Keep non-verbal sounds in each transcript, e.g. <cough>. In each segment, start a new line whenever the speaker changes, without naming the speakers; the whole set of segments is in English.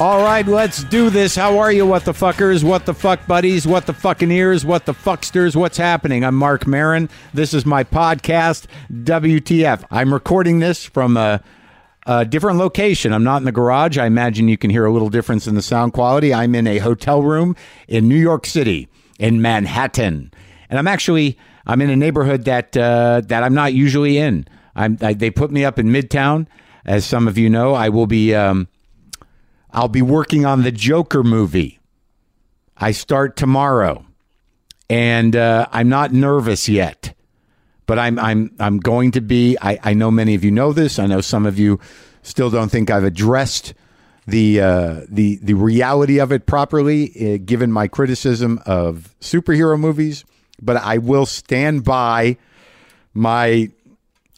All right, let's do this. How are you, what the fuckers, what the fuck buddies, what the fucking ears, what the fucksters, what's happening? I'm Mark Marin. This is my podcast, WTF. I'm recording this from a, a different location. I'm not in the garage. I imagine you can hear a little difference in the sound quality. I'm in a hotel room in New York City, in Manhattan. And I'm actually, I'm in a neighborhood that, uh, that I'm not usually in. I'm, I, they put me up in Midtown. As some of you know, I will be... Um, I'll be working on the Joker movie. I start tomorrow, and uh, I'm not nervous yet, but I'm I'm I'm going to be. I, I know many of you know this. I know some of you still don't think I've addressed the uh, the the reality of it properly, uh, given my criticism of superhero movies. But I will stand by my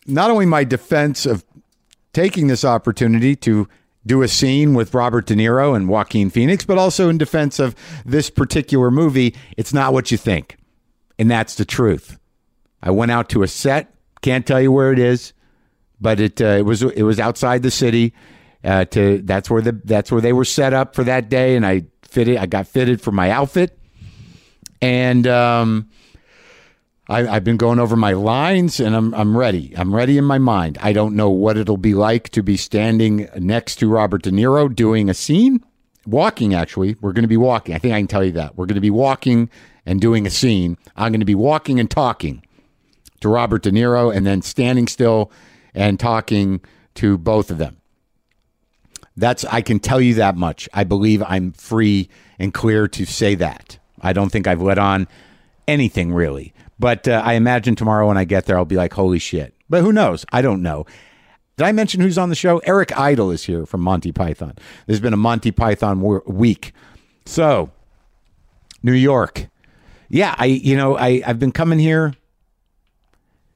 not only my defense of taking this opportunity to do a scene with Robert De Niro and Joaquin Phoenix, but also in defense of this particular movie, it's not what you think. And that's the truth. I went out to a set, can't tell you where it is, but it uh, it was it was outside the city. Uh, to that's where the that's where they were set up for that day, and I fitted. I got fitted for my outfit, and um, I, I've been going over my lines and I'm, I'm ready. I'm ready in my mind. I don't know what it'll be like to be standing next to Robert De Niro doing a scene, walking actually. We're going to be walking. I think I can tell you that. We're going to be walking and doing a scene. I'm going to be walking and talking to Robert De Niro and then standing still and talking to both of them. That's I can tell you that much. I believe I'm free and clear to say that. I don't think I've let on anything really. But uh, I imagine tomorrow when I get there, I'll be like, "Holy shit!" But who knows? I don't know. Did I mention who's on the show? Eric Idle is here from Monty Python. There's been a Monty Python wo- week, so New York. Yeah, I you know I I've been coming here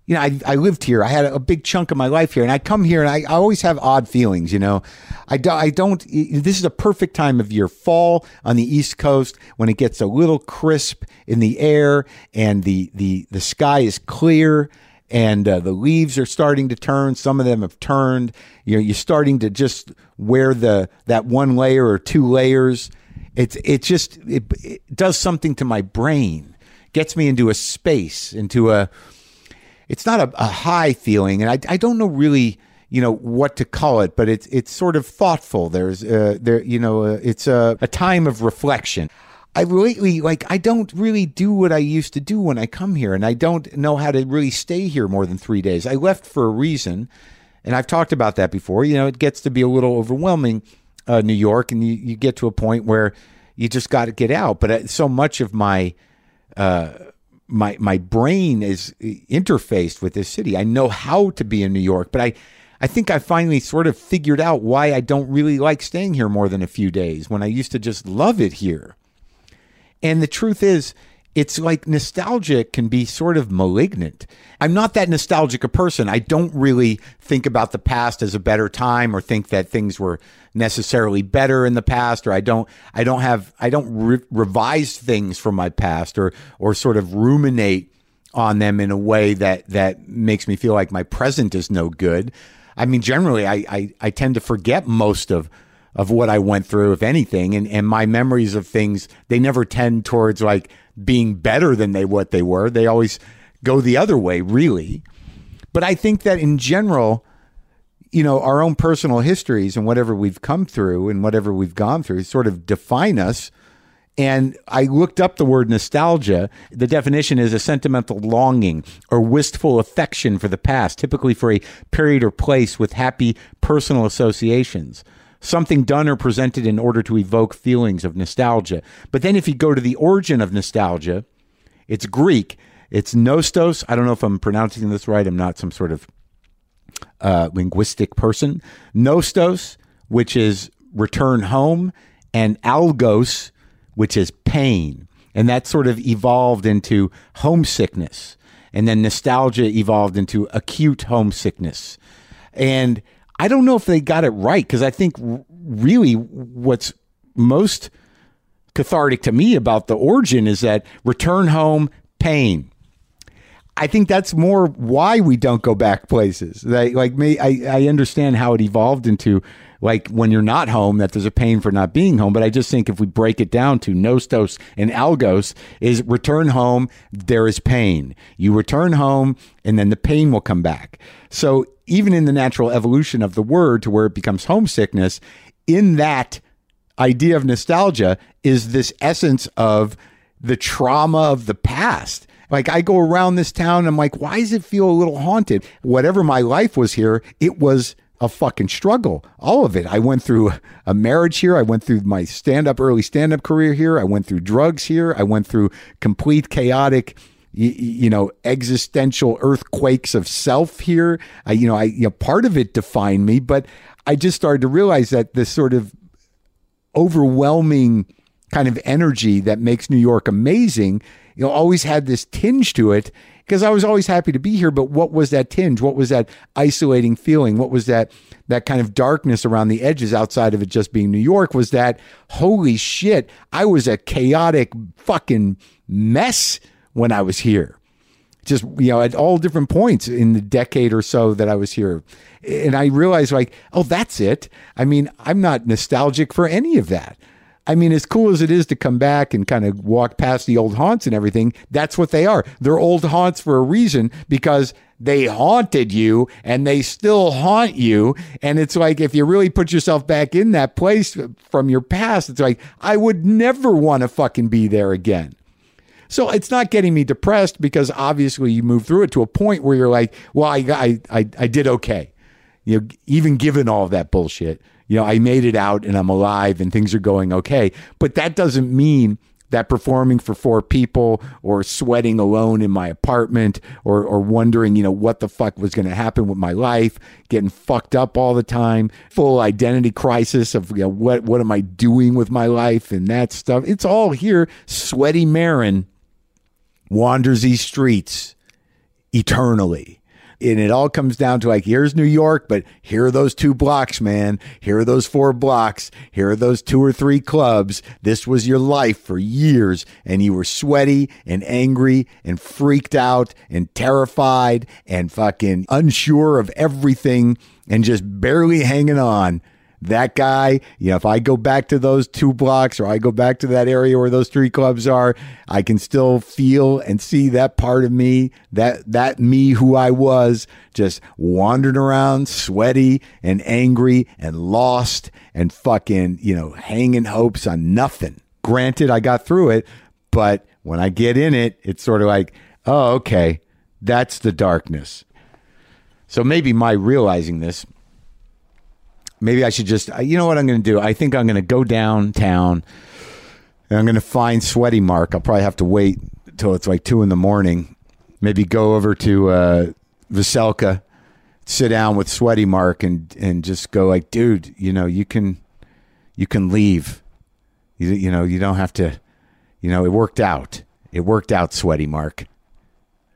you know, I, I lived here. I had a big chunk of my life here, and I come here, and I, I always have odd feelings. You know, I, do, I don't. This is a perfect time of year, fall on the East Coast, when it gets a little crisp in the air, and the the the sky is clear, and uh, the leaves are starting to turn. Some of them have turned. You know, you're starting to just wear the that one layer or two layers. It's it just it, it does something to my brain, gets me into a space, into a it's not a, a high feeling, and I, I don't know really, you know, what to call it, but it's it's sort of thoughtful. There's uh, there, you know, uh, it's a, a time of reflection. I lately like I don't really do what I used to do when I come here, and I don't know how to really stay here more than three days. I left for a reason, and I've talked about that before. You know, it gets to be a little overwhelming, uh, New York, and you, you get to a point where you just got to get out. But uh, so much of my my my brain is interfaced with this city. I know how to be in New York, but I I think I finally sort of figured out why I don't really like staying here more than a few days when I used to just love it here. And the truth is, it's like nostalgia can be sort of malignant. I'm not that nostalgic a person. I don't really think about the past as a better time or think that things were necessarily better in the past or I don't I don't have I don't re- revise things from my past or or sort of ruminate on them in a way that that makes me feel like my present is no good. I mean generally I I, I tend to forget most of of what I went through, if anything, and, and my memories of things, they never tend towards like being better than they what they were. They always go the other way, really. But I think that in general, you know, our own personal histories and whatever we've come through and whatever we've gone through sort of define us. And I looked up the word nostalgia. The definition is a sentimental longing or wistful affection for the past, typically for a period or place with happy personal associations something done or presented in order to evoke feelings of nostalgia. But then if you go to the origin of nostalgia, it's Greek. It's nostos. I don't know if I'm pronouncing this right. I'm not some sort of uh, linguistic person. Nostos, which is return home, and algos, which is pain. And that sort of evolved into homesickness. And then nostalgia evolved into acute homesickness. And I don't know if they got it right because I think r- really what's most cathartic to me about the origin is that return home pain. I think that's more why we don't go back places. Like, like me, I, I understand how it evolved into like when you're not home that there's a pain for not being home. But I just think if we break it down to nostos and algos is return home, there is pain. You return home and then the pain will come back. So even in the natural evolution of the word to where it becomes homesickness, in that idea of nostalgia is this essence of the trauma of the past. Like I go around this town, and I'm like, why does it feel a little haunted? Whatever my life was here, it was a fucking struggle. All of it. I went through a marriage here. I went through my stand up, early stand up career here. I went through drugs here. I went through complete chaotic you, you know existential earthquakes of self here I, you know i you know part of it defined me but i just started to realize that this sort of overwhelming kind of energy that makes new york amazing you know always had this tinge to it because i was always happy to be here but what was that tinge what was that isolating feeling what was that that kind of darkness around the edges outside of it just being new york was that holy shit i was a chaotic fucking mess when I was here. Just, you know, at all different points in the decade or so that I was here. And I realized, like, oh, that's it. I mean, I'm not nostalgic for any of that. I mean, as cool as it is to come back and kind of walk past the old haunts and everything, that's what they are. They're old haunts for a reason because they haunted you and they still haunt you. And it's like, if you really put yourself back in that place from your past, it's like, I would never want to fucking be there again. So it's not getting me depressed because obviously you move through it to a point where you're like, well, I, I, I, I did okay. You know, even given all that bullshit, you know, I made it out and I'm alive and things are going okay. But that doesn't mean that performing for four people or sweating alone in my apartment or, or wondering, you know, what the fuck was going to happen with my life, getting fucked up all the time, full identity crisis of, you know, what, what am I doing with my life and that stuff. It's all here. Sweaty Marin wanders these streets eternally. And it all comes down to like, here's New York, but here are those two blocks, man. Here are those four blocks. Here are those two or three clubs. This was your life for years. And you were sweaty and angry and freaked out and terrified and fucking unsure of everything and just barely hanging on that guy, you know, if I go back to those two blocks or I go back to that area where those three clubs are, I can still feel and see that part of me, that that me who I was, just wandering around sweaty and angry and lost and fucking, you know, hanging hopes on nothing. Granted, I got through it, but when I get in it, it's sort of like, oh, okay, that's the darkness. So maybe my realizing this maybe I should just, you know what I'm going to do? I think I'm going to go downtown and I'm going to find Sweaty Mark. I'll probably have to wait till it's like two in the morning. Maybe go over to uh, Veselka, sit down with Sweaty Mark and, and just go like, dude, you know, you can, you can leave. You, you know, you don't have to, you know, it worked out. It worked out, Sweaty Mark.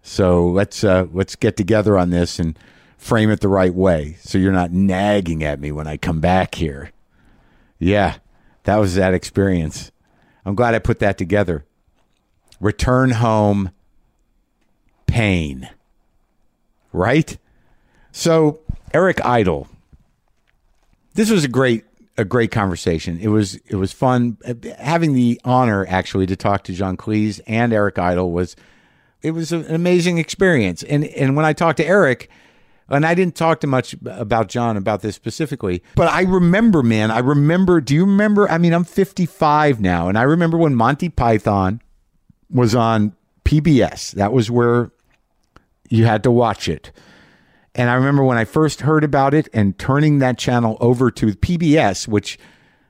So let's, uh, let's get together on this and, frame it the right way so you're not nagging at me when I come back here. Yeah, that was that experience. I'm glad I put that together. Return home, pain. Right? So, Eric Idle. This was a great a great conversation. It was it was fun having the honor actually to talk to Jean Cleese and Eric Idle was it was an amazing experience. And and when I talked to Eric, and I didn't talk to much about John about this specifically, but I remember, man, I remember. Do you remember? I mean, I'm 55 now, and I remember when Monty Python was on PBS. That was where you had to watch it. And I remember when I first heard about it and turning that channel over to PBS, which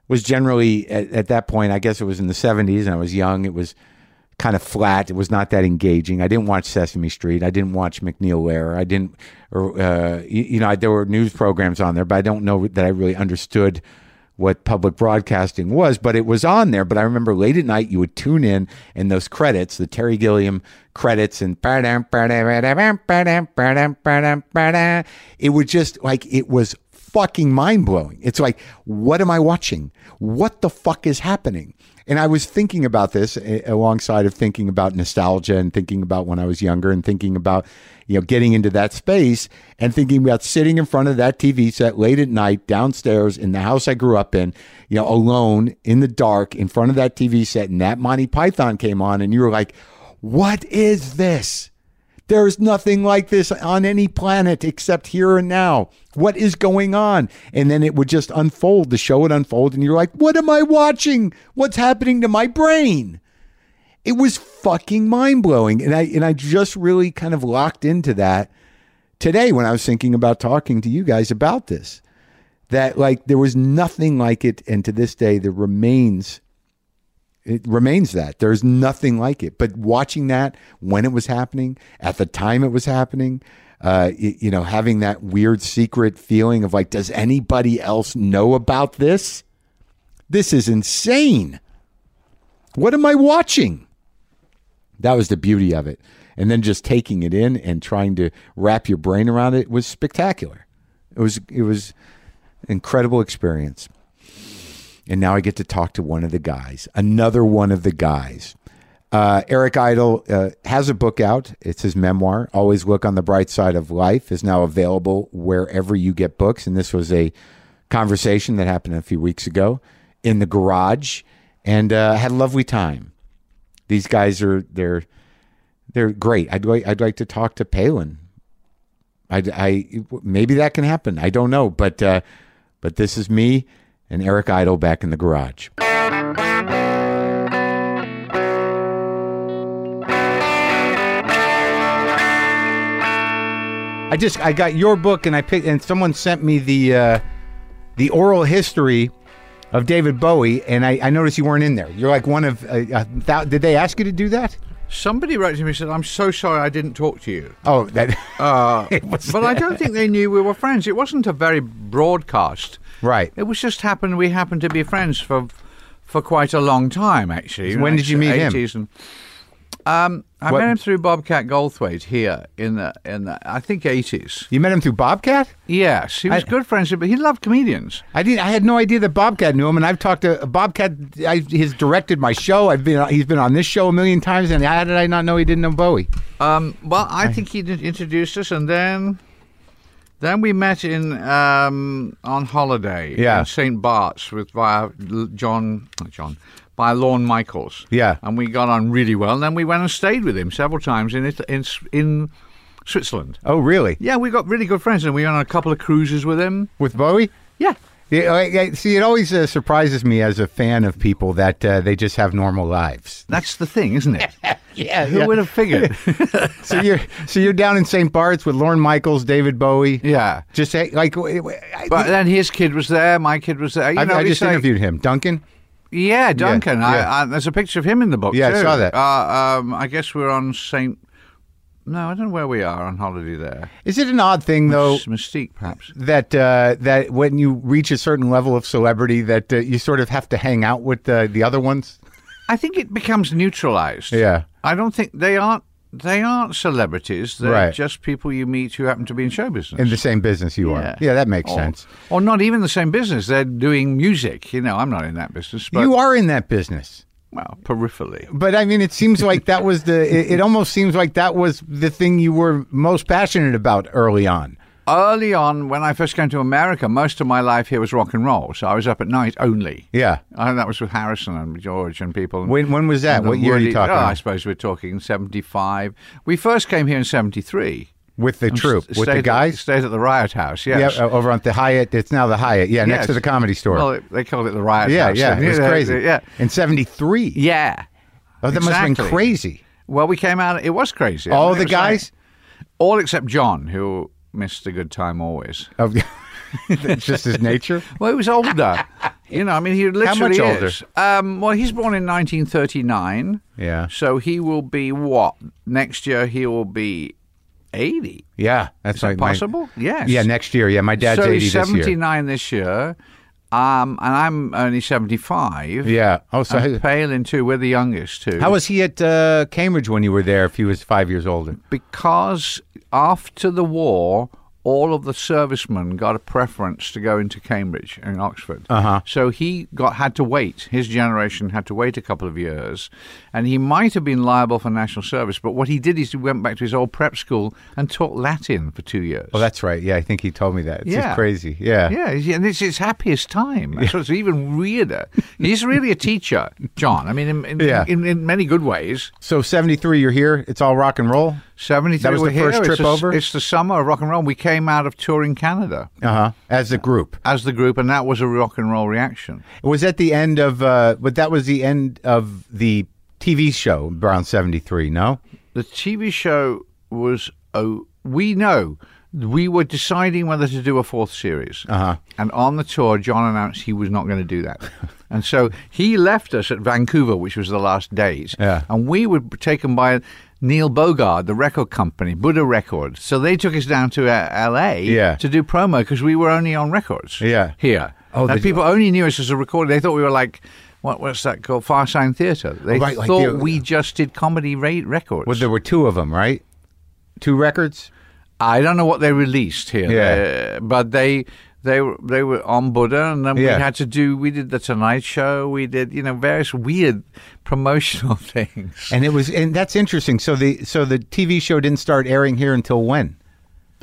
was generally at, at that point, I guess it was in the 70s, and I was young. It was kind of flat. It was not that engaging. I didn't watch Sesame Street. I didn't watch McNeil Ware. I didn't, or, uh, you, you, know, I, there were news programs on there, but I don't know that I really understood what public broadcasting was. But it was on there. But I remember late at night, you would tune in, and those credits, the Terry Gilliam credits, and it would just like it was fucking mind blowing. It's like, what am I watching? What the fuck is happening? And I was thinking about this eh, alongside of thinking about nostalgia and thinking about when I was younger and thinking about, you know, getting into that space and thinking about sitting in front of that TV set late at night downstairs in the house I grew up in, you know, alone in the dark in front of that TV set and that Monty Python came on and you were like, what is this? There's nothing like this on any planet except here and now. What is going on? And then it would just unfold, the show would unfold, and you're like, what am I watching? What's happening to my brain? It was fucking mind blowing. And I and I just really kind of locked into that today when I was thinking about talking to you guys about this. That like there was nothing like it, and to this day there remains it remains that there's nothing like it. But watching that when it was happening, at the time it was happening, uh, y- you know, having that weird secret feeling of like, does anybody else know about this? This is insane. What am I watching? That was the beauty of it. And then just taking it in and trying to wrap your brain around it was spectacular. It was it was incredible experience. And now I get to talk to one of the guys, another one of the guys. Uh, Eric Idle uh, has a book out. It's his memoir. Always look on the bright side of life is now available wherever you get books. And this was a conversation that happened a few weeks ago in the garage, and uh, had a lovely time. These guys are they're they're great. I'd like I'd like to talk to Palin I, I- maybe that can happen. I don't know, but uh, but this is me and Eric Idle back in the garage. I just I got your book and I picked and someone sent me the uh, the oral history of David Bowie and I, I noticed you weren't in there. You're like one of uh, a thou- did they ask you to do that?
Somebody wrote to me and said, I'm so sorry I didn't talk to you.
Oh, that <laughs>
Uh,
was-
but I don't think they knew we were friends. It wasn't a very broadcast.
right.
It was just happened, we happened to be friends for for quite a long time, actually.
When did you meet him?
80s And, um, I
What-
met him through Bobcat Goldthwait here in the, in the I think, 80s.
You met him through Bobcat?
Yes, he was
I-
good friends, but he loved comedians.
I didn't. I had no idea that Bobcat knew him, and I've talked to Bobcat. I, he's directed my show. I've been. He's been on this show a million times, and how did I not know he didn't know Bowie?
Um, well, I think he did introduced us, and then then we met in um, on holiday
Yeah.
in St Bart's with via L- John not John by Lorne Michaels.
Yeah.
and we got on really well. And then we went and stayed with him several times in it, in S- in Switzerland.
Oh, really?
Yeah, we got really good friends, and we went on a couple of cruises with him.
With Bowie?
Yeah,
Yeah, I- I- see, it always uh, surprises me as a fan of people that uh, they just have normal lives.
that's the thing, isn't it?
Yeah.
Who would have
<laughs>
figured?
so you're so you're down in St. Bart's with Lorne Michaels, David Bowie.
yeah.
Just say, like, w- w- I,
But then his kid was there, my kid was there. You
I,
know,
I
it's
just
like-
interviewed him, Duncan.
Yeah, Duncan.
yeah.
I, I, there's a picture of him in the book.
Yeah, I
too.
saw that.
Uh, um, I guess we're on Saint. No, I don't know where we are on holiday there.
Is it an odd thing though?
It's Mystique, perhaps.
that uh, that when you reach a certain level of celebrity, that uh, you sort of have to hang out with uh, the other ones.
I think it becomes neutralized.
Yeah.
I don't think they aren't. They aren't celebrities. They're
Right.
just people you meet who happen to be in show business.
in the same business you are. Yeah, that makes
or,
sense.
Or not even the same business. They're doing music. You know, I'm not in that business. But,
you are in that business.
well, peripherally.
But I mean, it seems like that was the, <laughs> it, it almost seems like that was the thing you were most passionate about early on.
Early on, when I first came to America, most of my life here was rock and roll. So I was up at night only.
Yeah.
I Uh, that was with Harrison and George and people. and-
When, when was that?
and the
What year are you
really-
talking
oh, I
about?
suppose we're talking 75. We first came here in 73.
With the troop,
S-
with
stayed
the
at-
guys?
stayed at the Riot House, yes.
Yeah, uh, over on the Hyatt. It's now the Hyatt. Yeah, next
Yes.
to the comedy store.
Well, it- they called it the Riot
yeah,
House.
yeah.
didn't
It was
they?
crazy.
Yeah.
In 73.
Yeah.
Oh, that must have been
exactly.
crazy.
Well, we came out, it was crazy. I
All
mean,
the
it was like-
guys?
all except John, who missed a good time always.
Of, <laughs> that's just his nature.
Well, he was
<laughs>
older. you know, I mean, he
How
literally
much older?
is. Um, well, he's born in 1939.
Yeah.
So he will be what? Next year, he will be 80.
Yeah. That's
that
like my-
possible? Yes.
Yeah, next year. Yeah, my dad's
so
80
he's
this year.
79 this year, um, and I'm only 75.
Yeah. Oh, so
I'm pale in two. We're the youngest too.
How was he at uh, Cambridge when you were there? If he was five years older,
because after the war, all of the servicemen got a preference to go into Cambridge and Oxford.
Uh-huh.
So he got had to wait. His generation had to wait a couple of years, and he might have been liable for national service. But what he did is he went back to his old prep school and taught Latin for two years.
Oh, that's right. Yeah, I think he told me that. It's
Yeah.
just crazy. Yeah.
Yeah, he's- and it's his happiest time. That's what's even weirder. He's really a teacher, John. I mean, in, in,
Yeah.
in, in many good ways.
So 73, you're here. It's all rock and roll.
73
That was
we're
the
here.
first
It's
trip
the-
over?
It's the summer of rock and roll. We came out of touring Canada
Uh huh. As a group.
as the group, and that was a rock and roll reaction.
It was at the end of, uh, but that was the end of the TV show around 73, no?
The TV show was, oh, we know, we were deciding whether to do a fourth series.
Uh-huh.
And on the tour, John announced he was not going to do
<laughs>
that. and so he left us at Vancouver, which was the last days.
Yeah.
And we were taken by Neil Bogard, the record company, Buddha Records. So they took us down to uh, LA
Yeah.
to do promo because we were only on records
Yeah.
here.
Oh,
and
they-
people only knew us as a recorder. They thought we were like, what, what's that called? Far Sign Theatre. They
Oh, right, like
thought
the-
we just did comedy ra- records.
Well, there were two of them, right? Two records?
I don't know what they released here,
Yeah.
uh, but they they were they were on Buddha, and then
Yeah.
we had to do we did the Tonight Show, we did you know various weird <laughs> promotional <laughs> things.
And it was, and that's interesting. So the so the TV show didn't start airing here until when?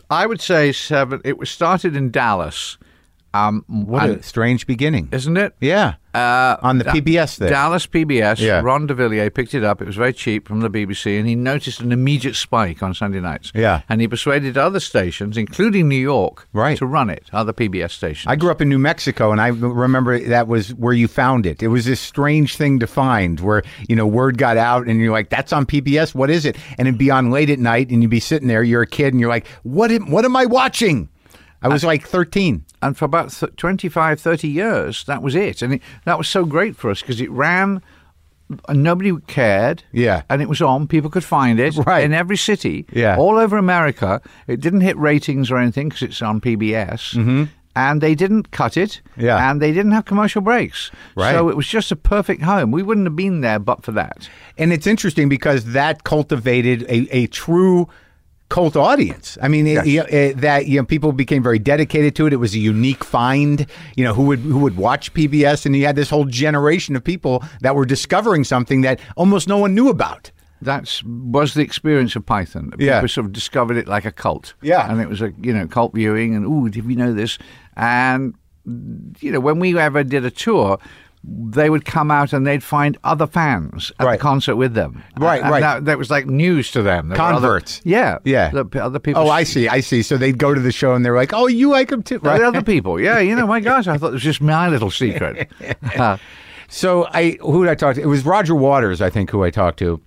I would say seven. It was started in Dallas, um,
What
and-
a strange beginning.
isn't it?
Yeah,
Uh,
on the PBS there.
Dallas PBS.
Yeah.
Ron DeVilliers picked it up. It was very cheap from the BBC, and he noticed an immediate spike on Sunday nights.
Yeah.
and he persuaded other stations, including New York,
Right.
to run it. Other PBS stations.
I grew up in New Mexico, and I remember that was where you found it. It was this strange thing to find, where you know word got out, and you're like, "That's on PBS. What is it?" And it'd be on late at night, and you'd be sitting there. You're a kid, and you're like, "What? Am, what am I watching?" I was like 13.
and for about th- 25 30 years that was it and it, that was so great for us because it ran and nobody cared
Yeah.
and it was on people could find it
Right.
in every city
Yeah.
all over america it didn't hit ratings or anything because it's on pbs mm-hmm. and they didn't cut it
Yeah.
and they didn't have commercial breaks
Right.
so it was just a perfect home we wouldn't have been there but for that
And it's interesting because that cultivated a, a true cult audience. I mean, it,
Yes.
it- that you know, people became very dedicated to it. It was a unique find. You know, who would who would watch PBS, and you had this whole generation of people that were discovering something that almost no one knew about.
That's was the experience of Python. People
Yeah.
sort of discovered it like a cult.
Yeah.
and it was a you know cult viewing, and ooh, did we know this? And you know when we ever did a tour. They would come out and they'd find other fans at
Right.
the concert with them.
Right,
And
right.
That, that was like news to them. There were other-
Converts.
yeah,
Yeah.
that p- Other people.
Oh, I see, I see. So they'd go to the show and they're like, "Oh, you like them too?"
there were
Right.
Other people. Yeah, you know, my gosh, I thought it was just my little
<laughs>
secret. Uh,
So I who did I talk to? It was Roger Waters, I think, who I talked to,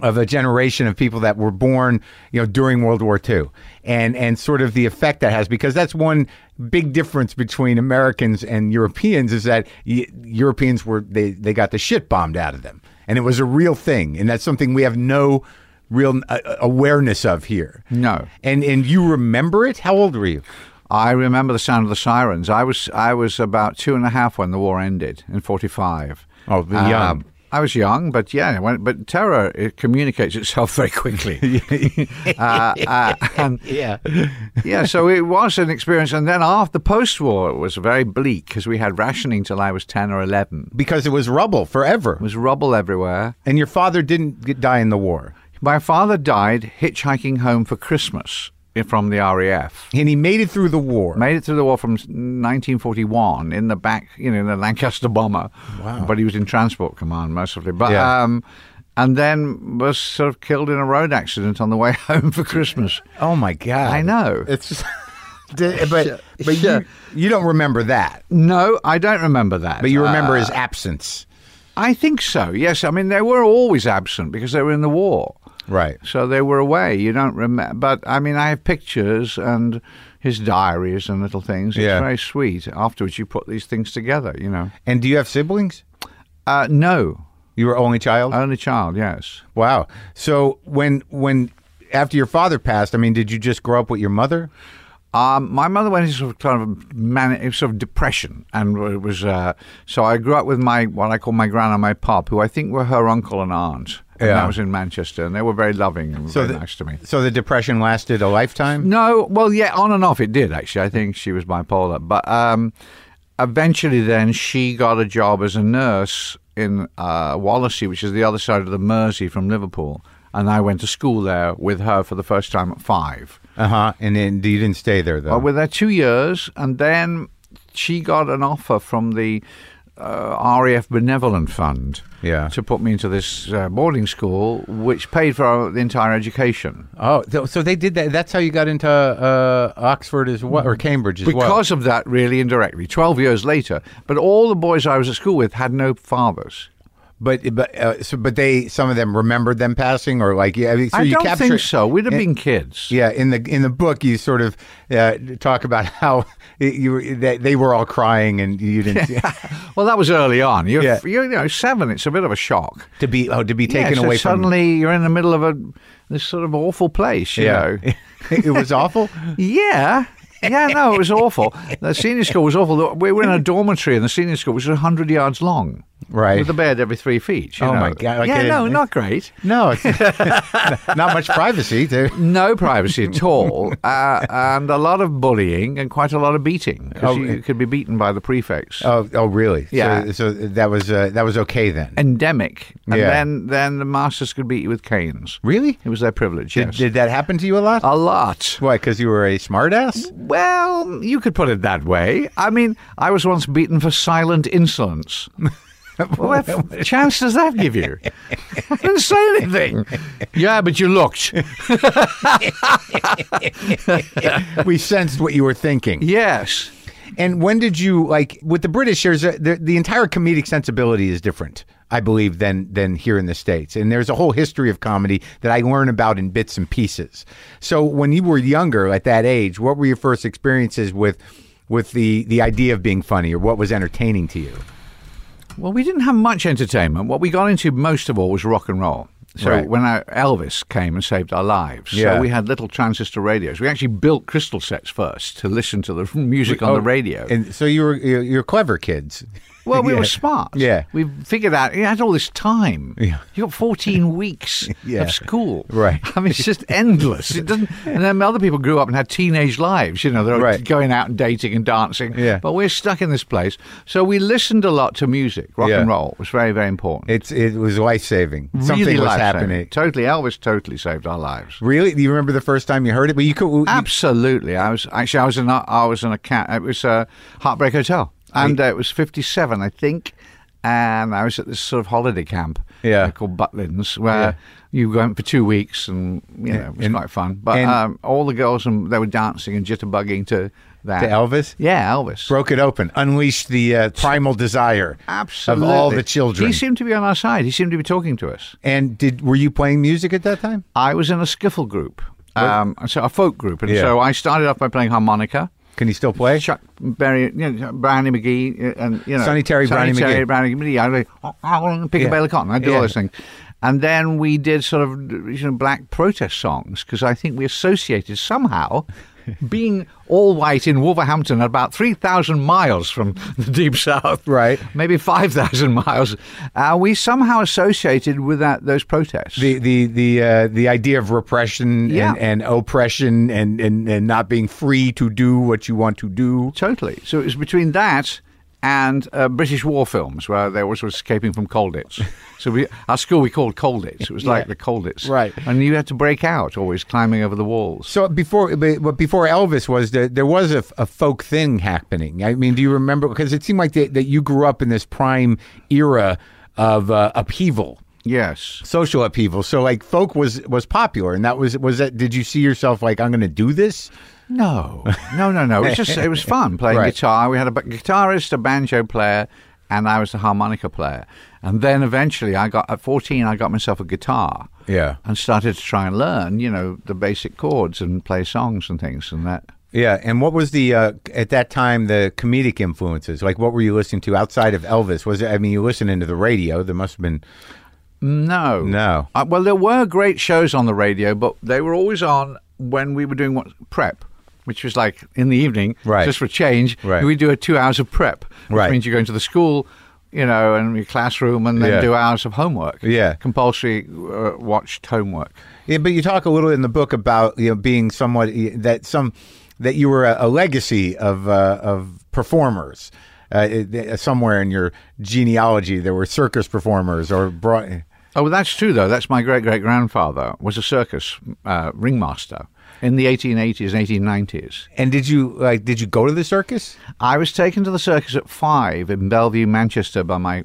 of a generation of people that were born, you know, during World War II, and and sort of the effect that has because that's one big difference between Americans and Europeans is that y- Europeans were they they got the shit bombed out of them, and it was a real thing, and that's something we have no real uh, awareness of here.
No.
and and you remember it? How old were you?
I remember the sound of the sirens. I was I was about two and a half when the war ended in forty five.
Oh, the young.
I was young, but yeah, when, but terror it communicates itself <laughs> very
<laughs>
quickly. uh, uh, and
Yeah,
yeah, so it was an experience. And then after post war, it was very bleak because we had rationing till I was ten or eleven.
because it was rubble
There
forever,
was rubble everywhere.
and your father didn't get, die in the war.
My father died hitchhiking home for Christmas from the RAF.
and he made it through the war.
Made it through the war from 1941 in the back, you know, in the Lancaster bomber. Wow. But he was in Transport Command mercifully. But
Yeah.
um, and then was sort of killed in a road accident on the way <laughs> home for Christmas.
Oh my god!
I know.
It's <laughs> but but
Yeah.
you you don't remember that,
No, I don't remember that.
but you
Uh,
remember his absence,
I think so. Yes, I mean they were always absent because they were in the war.
right?
So they were away. You don't remember, but I mean, I have pictures and his diaries and little things. It's
Yeah.
very sweet. Afterwards, you put these things together. You know,
And do you have siblings?
uh, no,
You were only child.
Only child, yes.
wow. So when when after your father passed, I mean, did you just grow up with your mother?
Um, my mother went into sort of kind of manic, sort of depression, and it was uh, so I grew up with my what I call my gran and my pop, who I think were her uncle and aunt. and
Yeah.
that was in Manchester, and they were very loving and very
the-
nice to me.
So the depression lasted a lifetime.
No, well, yeah, on and off it did actually. I think she was bipolar, but um, eventually, then she got a job as a nurse in uh, Wallasey, which is the other side of the Mersey from Liverpool, and I went to school there with her for the first time at five.
Uh huh. And then you didn't stay there though.
I was there two years, and then she got an offer from the uh, RAF Benevolent Fund
Yeah.
to put me into this uh, boarding school, which paid for our, the entire education.
oh, th- so they did that. That's how you got into uh, Oxford as well, or Cambridge as well.
Because of that, really indirectly, 12 years later. But all the boys I was at school with had no fathers.
But but uh, so but they some of them remembered them passing or like yeah. I mean, So
I
you
don't
capture,
think so. We'd have
in-
been kids.
Yeah, in the in the book, you sort of uh, talk about <laughs> how you were- that they were all crying and you didn't
Well, that was early on. You're,
Yeah.
you're you know, seven. It's a bit of a shock.
<laughs> to be oh to be taken
yeah, so
away from.
suddenly you're in the middle of a this sort of awful place. You
yeah,
know.
<laughs> it
<laughs>
was awful.
Yeah. Yeah, no, it was awful.
<laughs>
The senior school was awful. We were in a dormitory in the senior school, which was 100 yards long.
Right.
With a bed every three feet. you
Oh,
know.
my God, like
yeah,
it-
no, not great.
No, it's <laughs> not much privacy. To,
No privacy at
<laughs>
all. Uh, and a lot of bullying and quite a lot of beating. 'cause
Oh,
you could be beaten by the prefects.
oh, oh, really?
Yeah.
So, so that was uh, that was okay then.
Endemic. And
Yeah.
then, then the masters could beat you with canes.
really?
It was their privilege,
Did,
yes. Uh,
did that happen to you a lot?
a lot.
Why? Because you were a smartass.
<laughs> Well, you could put it that way. I mean, I was once beaten for silent <laughs> insolence. what f- chance does that give you? I didn't say anything. Yeah, but you looked.
we sensed what you were thinking.
Yes.
And when did you like with the British? There's a, the, the entire comedic sensibility is different, I believe, than than here in the states. And there's a whole history of comedy that I learn about in bits and pieces. So when you were younger, at that age, what were your first experiences with with the the idea of being funny, or what was entertaining to you?
Well, we didn't have much entertainment. What we got into most of all was rock and roll. So
Right.
when our Elvis came and saved our lives,
Yeah.
so we had little transistor radios. We actually built crystal sets first to listen to the music on the radio.
And so you were you're, you're clever kids.
Well, we
Yeah.
were smart.
Yeah.
We figured out, you had all this time.
Yeah.
You got 14
<laughs>
weeks
Yeah.
of school.
Right.
I mean, it's just
<laughs>
endless. It doesn't, and then other people grew up and had teenage lives, you know, they're
Right.
going out and dating and dancing.
Yeah.
But we're stuck in this place. So we listened a lot to music. Rock
Yeah.
and roll was very, very important.
It's it was life saving.
Really
Something was
life-saving.
happening.
Totally. Elvis totally saved our lives.
Really, do you remember the first time you heard it? But you could. you-
Ah. Absolutely. I was actually I was in a, I was in a cat. It was a Heartbreak Hotel, and uh, it was fifty seven, I think. And I was at this sort of holiday camp, uh,
Yeah.
called Butlins, where you went for two weeks, and you know it was
And-
quite fun. But
and-
um, all the girls and they were dancing and jitterbugging to that
To Elvis?
Yeah, Elvis.
broke it open, unleashed the uh, primal desire
Absolutely.
of all the children.
He seemed to be on our side. He seemed to be talking to us.
and did were you playing music at that time?
I was in a skiffle group, um, so a folk group, and
Yeah.
so I started off by playing harmonica.
Can you still play?
Chuck Berry, you know, Brownie McGee, uh, and you know,
Sonny Terry, Brownie
Terry,
McGee.
Brownie McGee. I like, oh, oh, pick
Yeah.
a bale of cotton. I do
Yeah.
all those things, and then we did sort of you know black protest songs because I think we associated
<laughs>
somehow. Being all white in Wolverhampton, about 3,000 miles from <laughs> the deep south,
Right.
Maybe 5,000 miles, uh, we somehow associated with that those protests.
The the the uh, the idea of repression
Yeah.
and, and oppression and, and and not being free to do what you want to do.
Totally. So it was between that and uh, British war films, where they was escaping from Colditz. So we, our school we called Colditz. It was like the Colditz,
Right.
And you had to break out, always climbing over the walls.
So before, but but before Elvis was there, there was a, a folk thing happening. I mean, do you remember? Because it seemed like that that you grew up in this prime era of uh, upheaval,
Yes.
social upheaval. So like folk was was popular, and that was was that. Did you see yourself like I'm going to do this?
No. No. No. No. It was just it
<laughs>
was fun playing
Right.
guitar. We had a ba- guitarist, a banjo player, and I was the harmonica player. And then eventually, I got at fourteen, I got myself a guitar.
Yeah.
And started to try and learn, you know, the basic chords and play songs and things and that.
Yeah, and what was the uh, at that time the comedic influences? Like, what were you listening to outside of Elvis? Was it? I mean, you listening to the radio. There must have been.
No.
No.
Uh, well, there were great shows on the radio, but they were always on when we were doing what prep, which was like in the evening,
Right.
just for change.
Right.
We do a two hours of prep, which
Right.
means you're going to the school. you know, in your classroom and then
Yeah.
do hours of homework.
Yeah.
Compulsory uh, watched homework.
Yeah, but you talk a little in the book about you know being somewhat that some that you were a, a legacy of uh, of performers. Uh, it- it- somewhere in your genealogy, there were circus performers or brought.
Oh, well, that's true, though. That's my great great grandfather was a circus uh, ringmaster in the 1880s, 1890s.
And did you like? Did you go to the circus?
I was taken to the circus at five in Bellevue, Manchester, by my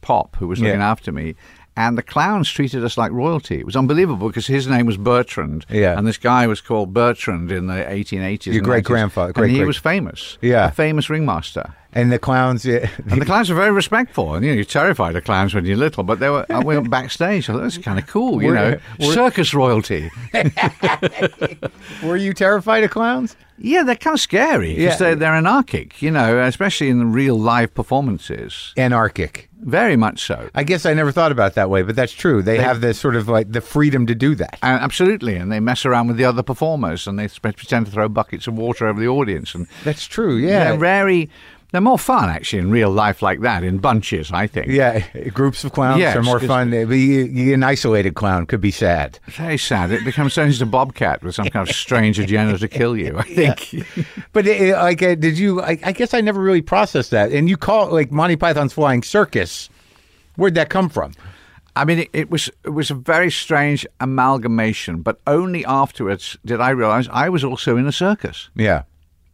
pop, who was looking
Yeah.
after me. And the clowns treated us like royalty. It was unbelievable because his name was Bertrand,
Yeah.
and this guy was called Bertrand in the 1880s.
Your
and
great-grandfather,
90s, and he
great-great-
was famous.
Yeah.
a famous ringmaster.
And the clowns. Yeah,
And the clowns were very respectful. And, you know, you're terrified of clowns when you're little, but they were. I went backstage. I thought that's kind of cool, you
We're-
know, circus royalty.
were you terrified of clowns?
Yeah, they're kind of scary
Yeah.
because they're, they're anarchic, you know, especially in the real live performances.
Anarchic.
Very much so.
I guess I never thought about it that way, but that's true. They, have this sort of like the freedom to do that.
And absolutely, and they mess around with the other performers, and they sp- pretend to throw buckets of water over the audience, and
That's true. Yeah.
they're very, they're more fun actually in real life like that in bunches, I think.
Yeah, groups of clowns
Yes,
are more
'cause-
fun. But you, you, an isolated clown could be sad.
very sad. It becomes turns into Bobcat with some kind of strange agenda to kill you. I think.
But it, it- like, uh, did you? I, I guess I never really processed that. And you call it like Monty Python's Flying Circus. Where'd that come from?
I mean, it, it was it was a very strange amalgamation, but only afterwards did I realize I was also in a circus.
Yeah,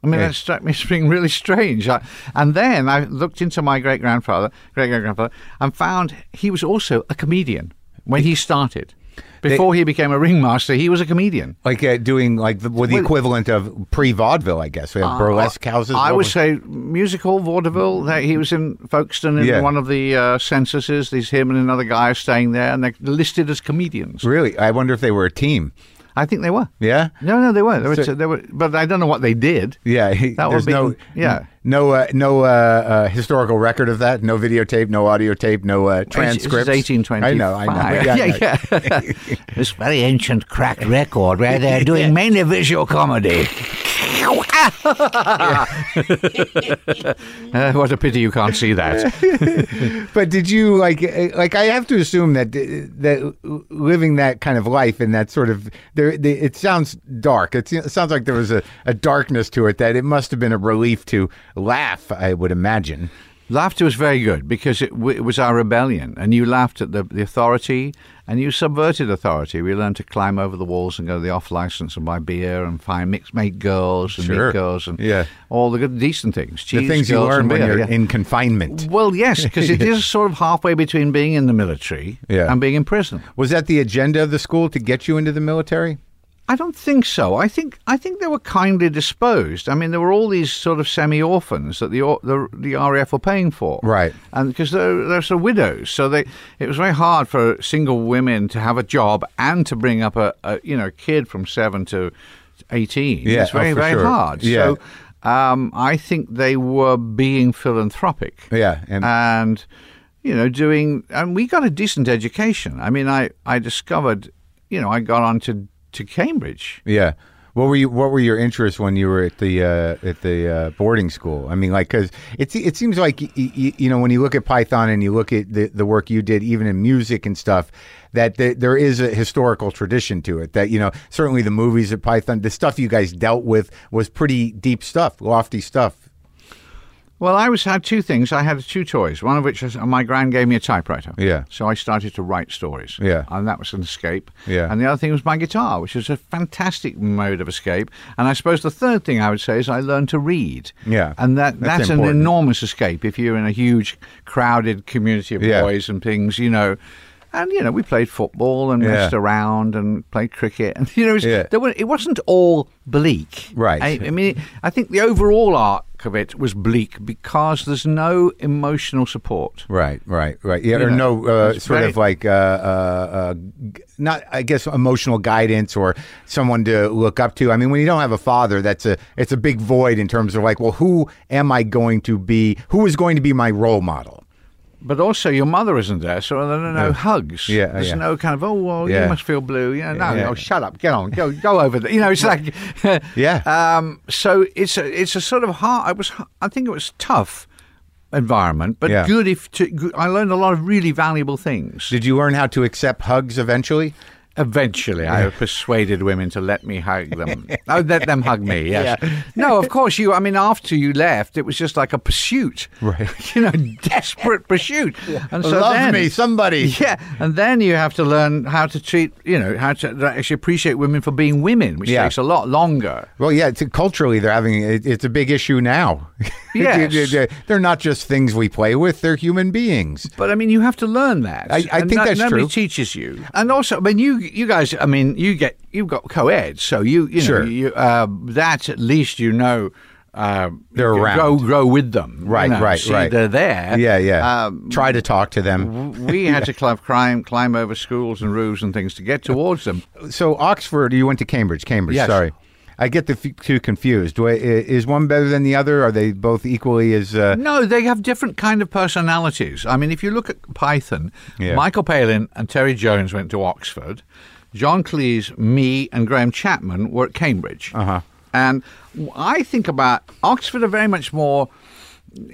I mean, that struck me as being really strange. I, and then I looked into my great grandfather, great great grandfather, and found he was also a comedian when he started. Before he became a ringmaster, he was a comedian.
like uh, doing like the, well, the equivalent of pre vaudeville, I guess. We have burlesque houses.
I
what
would
was-
say musical vaudeville. That he was in Folkestone in
Yeah.
one of the uh, censuses. These him and another guy are staying there, and they're listed as comedians.
really. I wonder if they were a team.
I think they were.
Yeah,
No, no, they weren't. They were, they were, but I don't know what they did.
yeah.
That would
There's
be-
no,
yeah.
no, uh, no uh, uh, historical record of that. No videotape, no audio tape, no uh, transcripts.
Eighteen twenty.
I know,
<laughs>
I know. Yeah, I know.
yeah.
<laughs>
yeah. this very ancient cracked record where <laughs> they're doing mainly visual comedy. <laughs> Uh, what a pity you can't see
<laughs>
that.
But did you like eh, like I have to assume that eh, that living that kind of life and that sort of there the, it sounds dark. It's, it sounds like there was a, a darkness to it that it must have been a relief to laugh. I would imagine.
Laughter was very good because it, w- it was our rebellion, and you laughed at the, the authority and you subverted authority. We learned to climb over the walls and go to the off license and buy beer and find mix mate girls and
Sure.
meet girls and
Yeah.
all the good decent things.
The
Cheese,
things you
girls,
learn
and
when
beer,
you're
yeah.
in confinement.
Well, yes, because it
<laughs>
is sort of halfway between being in the military
Yeah.
and being in prison.
Was that the agenda of the school to get you into the military?
I don't think so. I think I think they were kindly disposed. I mean, there were all these sort of semi-orphans that the or- the, the RAF were paying for,
Right.
And because they're they're sort of widows, so they it was very hard for single women to have a job and to bring up a, a you know a kid from seven to eighteen.
Yeah,
it's very
oh, for
very
sure.
hard.
Yeah.
So um, I think they were being philanthropic
Yeah, and
and you know doing and we got a decent education i mean i i discovered you know i got on to to cambridge
yeah. What were you? What were your interests when you were at the uh, at the uh, boarding school? I mean, like, because it se- it seems like y- y- you know when you look at Python and you look at the, the work you did, even in music and stuff, that the, there is a historical tradition to it. That you know, certainly the movies at Python, the stuff you guys dealt with was pretty deep stuff, lofty stuff.
well i was had two things i had two toys one of which is my gran gave me a typewriter
Yeah.
so i started to write stories
Yeah.
and that was an escape
Yeah.
and the other thing was my guitar which was a fantastic mode of escape and i suppose the third thing i would say is i learned to read
Yeah.
and that
That's
that's, an
important.
enormous escape if you're in a huge crowded community of
Yeah.
boys and things you know and you know we played football and
Yeah.
messed around and played cricket <laughs> and you know it, was,
Yeah.
there were, it wasn't all bleak
Right.
I, I mean i think the overall arc of it was bleak because there's no emotional support
Right, right, right. Yeah, or
Yeah.
no, uh,
It's
sort
very-
of like uh, uh, uh, g- not, I guess, emotional guidance or someone to look up to. I mean, when you don't have a father, that's a it's a big void in terms of like, well, who am I going to be? Who is going to be my role model?
but also your mother isn't there, so there are no hugs.
Yeah,
there's
yeah.
no kind of oh well,
Yeah.
you must feel blue. You know, no,
Yeah.
no, shut up, get on, go, go over there. You know, it's like <laughs>
Yeah.
Um, so it's a it's a sort of hard. It was h- I think it was tough, environment, but
Yeah.
good if to, good, I learned a lot of really valuable things.
Did you learn how to accept hugs eventually?
Eventually, I persuaded women to let me hug them.
<laughs>
I would let them hug me. Yes. No, of course you. I mean, after you left, it was just like a pursuit, right? <laughs> You know, desperate pursuit. And so
Love
then- <laughs>
me, somebody.
Yeah, and then you have to learn how to treat. You know, how to actually appreciate women for being women, which
Yeah.
takes a lot longer.
Well, yeah, it's, culturally they're having it, it's a big issue now. <laughs>
Yes.
They're- they're not just things we play with; they're human beings.
But I mean, you have to learn that.
I- I
And
think
no-
that's
nobody
true.
teaches you. And also, I mean, you you guys, I mean, you get you've got co-ed, so you you know
Sure.
you, uh, that at least you know. Uh,
They're
you
around.
Go, grow with them. you
Right,
know,
right,
see
right.
They're there.
Yeah, yeah.
Um,
Try to talk to them.
we had
<laughs>
to climb, climb, climb over schools and roofs and things to get
Uh,
towards them.
So Oxford, you went to Cambridge. Cambridge,
Yes.
sorry. I get the f- two confused. Wha- i- Is one better than the other? Are they both equally
<laughs>
as? Uh,
No, they have different kind of personalities. I mean, if you look at Python,
Yeah.
Michael Palin and Terry Jones went to Oxford. John Cleese, me, and Graham Chapman were at Cambridge.
Uh-huh.
And w- I think about Oxford are very much more. <laughs>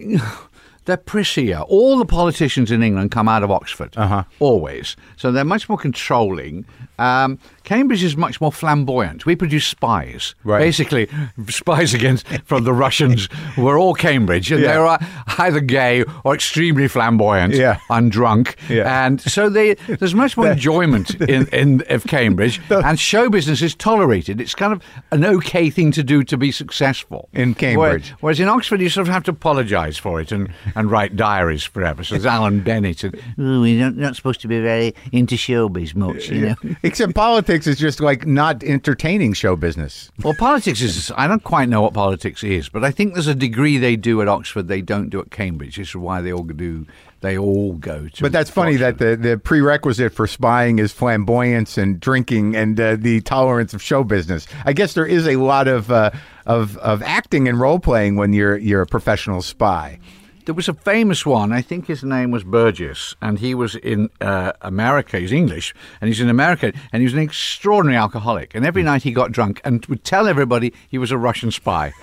They're prissier. All the politicians in England come out of Oxford, uh-huh. always. So they're much more controlling. Um, Cambridge is much more flamboyant. We produce spies,
Right.
basically spies against from the Russians. We're all Cambridge, and
Yeah.
they're uh, either gay or extremely flamboyant
Yeah.
and drunk.
Yeah.
And so they, there's much
<laughs>
more enjoyment in, in of Cambridge, and show business is tolerated. It's kind of an okay thing to do to be successful
In Cambridge.
Where- whereas in Oxford, you sort of have to apologise for it and, and write diaries forever. So there's Alan Bennett and
Ooh, we're not, not supposed to be very into showbiz much, you know.
except politics is just like not entertaining show business.
Well, politics is. I don't quite know what politics is, but I think there's a degree they do at Oxford they don't do at Cambridge. This is why they all do. They all go to.
But that's funny
Oxford.
that the, the prerequisite for spying is flamboyance and drinking and uh, the tolerance of show business. I guess there is a lot of uh, of of acting and role playing when you're you're a professional spy.
there was a famous one. I think his name was Burgess, and he was in uh, America. He's English, and he's in America, and he was an extraordinary alcoholic. And every night he got drunk and would tell everybody he was a Russian spy.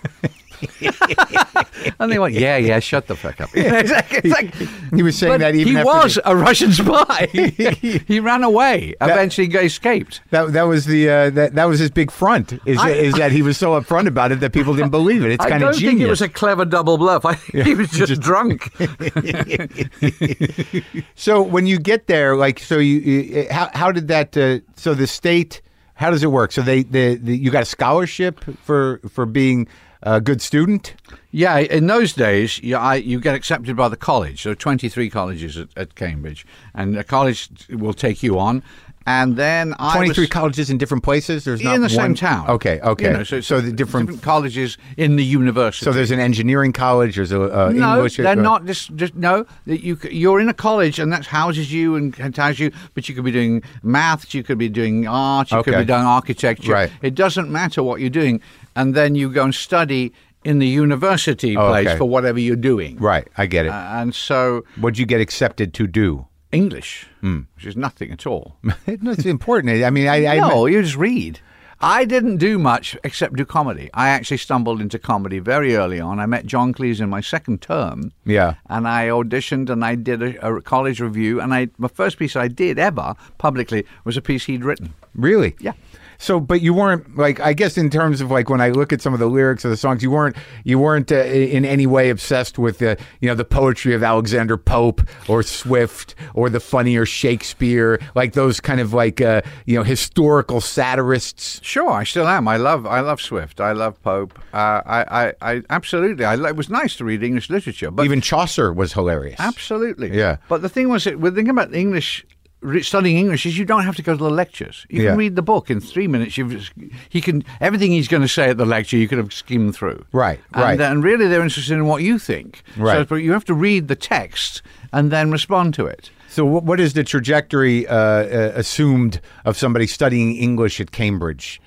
<laughs> and they went, "Yeah, yeah, shut the fuck up." <laughs> It's like- it's like-
He was <laughs> saying
but
that even
he
after
was
the-
a Russian
<laughs>
spy. he ran away. Eventually, he escaped.
That that was the uh, that that was his big front is
I-
is that he was so upfront about it that people didn't believe it. It's
I
kind
don't
of genius.
think it was a clever double bluff. I think he was <laughs> just, drunk.
So when you get there, like, so you, you eh, how how did that? Uh, so the state, how does it work? So they, the, the you got a scholarship for for being a good student.
yeah, in those days, you, I, you get accepted by the college. There are 23 colleges at, at Cambridge, and a college will take you on. And then I
Twenty three
was-
colleges in different places. There's not
in the same
one-
town.
Okay, okay.
You know,
so
so,
the different.
colleges in the university.
so there's an engineering college. There's a uh,
no,
English.
they're not. Just, just no. That you c- you're in a college and that houses you and ties you. But you could be doing maths, you could be doing art, you could
Okay.
be doing architecture.
Right.
It doesn't matter what you're doing, and then you go and study in the university
Oh,
place
okay.
for whatever you're doing.
Right, I get it.
Uh, and so
What'd you get accepted to do? <laughs>
English,
Hmm.
which is nothing at all.
it's important. I mean, I, I
no, you just read. I didn't do much except do comedy. I actually stumbled into comedy very early on. I met John Cleese in my second term.
Yeah.
And I auditioned and I did a, a college review. And I, my first piece I did ever publicly was a piece he'd written.
Really?
Yeah.
So, but you weren't like I guess in terms of like when I look at some of the lyrics of the songs, you weren't you weren't uh, in any way obsessed with the you know the poetry of Alexander Pope or Swift or the funnier Shakespeare, like those kind of like uh, you know historical satirists.
Sure, I still am. I love I love Swift. I love Pope. Uh, I, I, I absolutely. I, lo- it was nice to read English literature, but
Even Chaucer was hilarious.
Absolutely.
Yeah.
But the thing was, that the thing about English, re- studying English, is you don't have to go to the lectures. You
Yeah.
can read the book in three minutes. You've, he can everything he's going to say at the lecture, you could have skimmed through.
Right,
And, uh,
right.
And really, they're interested in what you think.
Right.
So but you have to read the text and then respond to it.
So, what, what is the trajectory uh, uh, assumed of somebody studying English at Cambridge?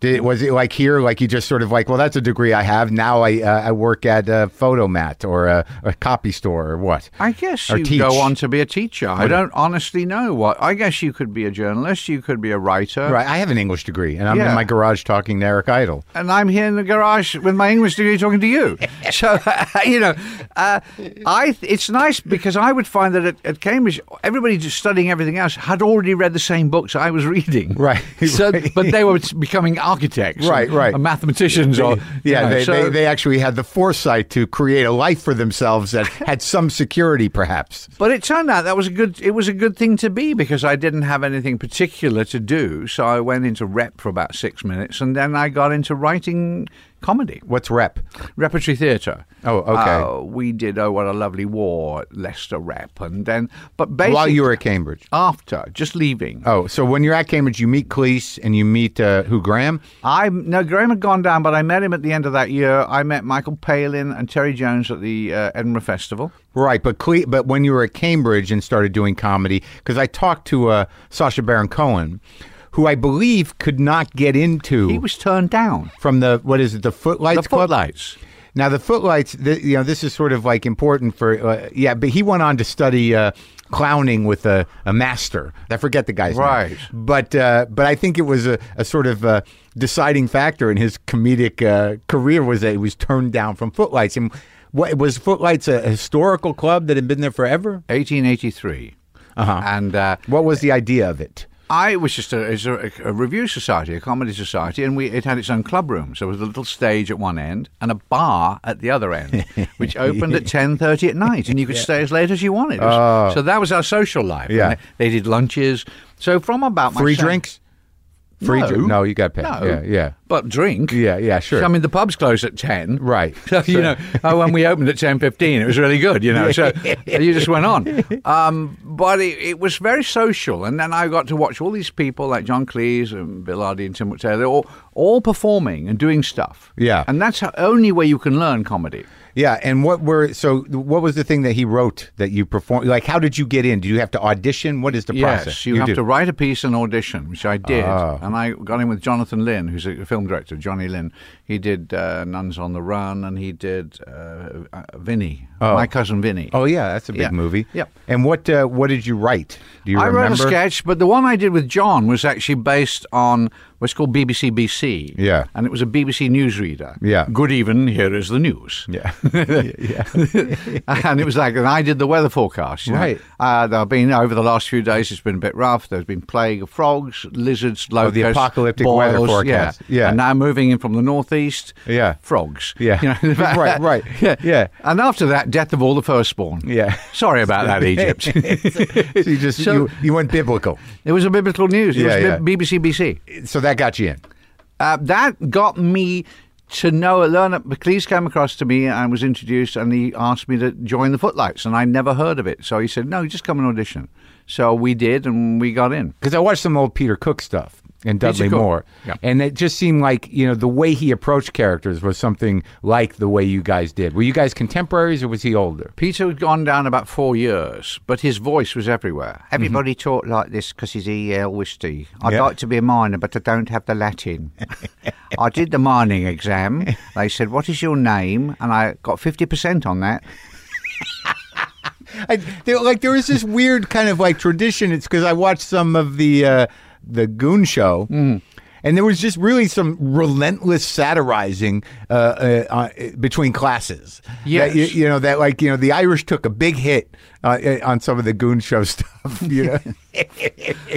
Did it, was it like here, like you just sort of like, well, that's a degree I have. Now I uh, I work at a photomat or a, a copy store or what?
I guess
Or
you
teach.
go on to be a teacher. I don't honestly know what. I guess you could be a journalist. You could be a writer.
Right, I have an English degree, and I'm
Yeah.
in my garage talking to Eric Idle.
and I'm here in the garage with my English degree talking to
<laughs>
you. So <laughs> you know, uh, I th- it's nice because I would find that at, at Cambridge, everybody just studying everything else had already read the same books I was reading.
<laughs> Right,
<laughs> So, but they were becoming architects,
Right,
and-
right.
and mathematicians, or
Yeah,
you know,
they,
so-
they, they actually had the foresight to create a life for themselves that had some security, perhaps.
But it turned out that was a good. It was a good thing to be because I didn't have anything particular to do, so I went into rep for about six minutes, and then I got into writing comedy,
What's rep?
repertory theatre.
Oh, okay.
Uh, we did oh what a lovely war at Leicester rep, and then but basically
While you were at Cambridge.
after just leaving.
Oh, so when you're at Cambridge, you meet Cleese and you meet uh, who Graham?
I no Graham had gone down, but I met him at the end of that year. I met Michael Palin and Terry Jones at the uh, Edinburgh Festival.
Right, but Cle- but when you were at Cambridge and started doing comedy, because I talked to uh, Sasha Baron Cohen, who I believe could not get into
He was turned down.
from the what is it the Footlights
the
Club?
footlights.
Now the footlights, th you know, this is sort of like important for uh, yeah. But he went on to study uh, clowning with a, a master. I forget the guy's
Right.
name. But uh, but I think it was a, a sort of uh deciding factor in his comedic uh, career was that he was turned down from Footlights. And what was Footlights a historical club that had been there forever?
1883.
Uh-huh.
And uh,
What was the idea of it?
I was just a, is a, a review society, a comedy society, and we, it had its own club room. So there was a little stage at one end and a bar at the other
<laughs>
end, which opened at ten thirty at night, and you could stay as late as you wanted. It was- so that was our social life.
Oh. Yeah.
And They, they did lunches. So from about my
Free
sev-
drinks? Free
no,
drink- no, you got paid.
No,
Yeah, yeah.
But drink.
Yeah, yeah, sure.
I mean, the pubs closed at ten.
<laughs> Right.
<laughs> So you know, oh, when we opened at ten fifteen, it was really good. You know, so
<laughs>
<laughs> you just went on. Um, but it, it was very social, and then I got to watch all these people like John Cleese and Bill Hardy and Tim Taylor, all all performing and doing stuff.
Yeah.
and that's the only way you can learn comedy.
Yeah, and what were so? What was the thing that he wrote that you performed? Like, how did you get in? Do you have to audition? What is the
Yes,
process?
you, have
do. Ah.
to write a piece and audition, which I did, and I got in with Jonathan Lynn, who's a film director. Johnny Lynn, he did uh, Nuns on the Run, and he did uh, uh, Vinny, my cousin Vinny.
Oh yeah, that's a big
Yeah.
movie.
Yep.
And what uh, what did you write? Do you
I
remember?
wrote a sketch, but the one I did with John was actually based on what's called BBC BC.
Yeah.
And it was a BBC newsreader.
Yeah.
Good even, here is the news. <laughs>
Yeah.
and it was like, and I did the weather forecast. you know.
Right.
Uh, there have been, over the last few days, it's been a bit rough. There's been plague of frogs, lizards, locusts.
Oh, the apocalyptic
boils,
weather forecast.
Yeah.
Yeah.
And now moving in from the northeast.
Yeah.
Frogs.
Yeah.
You know, <laughs>
Right, right.
Yeah.
Yeah.
And after that, death of all the firstborn.
Yeah.
Sorry about
<laughs>
that, Egypt.
so you just
So-
you, you went biblical.
It was a biblical news. It
Yeah,
was
yeah.
B- BBC BC.
So that got you in.
Uh, that got me to know learn. Cleese came across to me and was introduced, and he asked me to join the Footlights, and I never heard of it. So he said, "No, just come and audition." So we did, and we got in.
because I watched some old Peter Cook stuff and Dudley
Cook.
Moore,
Yeah.
and it just seemed like you know the way he approached characters was something like the way you guys did. Were you guys contemporaries or was he older?
Peter had gone down about four years, but his voice was everywhere.
Everybody talked like this 'cause he's
E
E.L. Wisty. I'd
Mm-hmm. Yeah.
like to be a miner, but I don't have the
<laughs>
Latin. I did the mining exam. They said, What is your name? And I got 50% on that.
I, there, like there was this weird kind of like tradition. It's because I watched some of the uh, the Goon Show,
Mm.
and there was just really some relentless satirizing uh, uh, uh, between classes.
Yes.
That you, you know that like you know the Irish took a big hit uh, uh, on some of the Goon Show <laughs> stuff.
<laughs>
You know,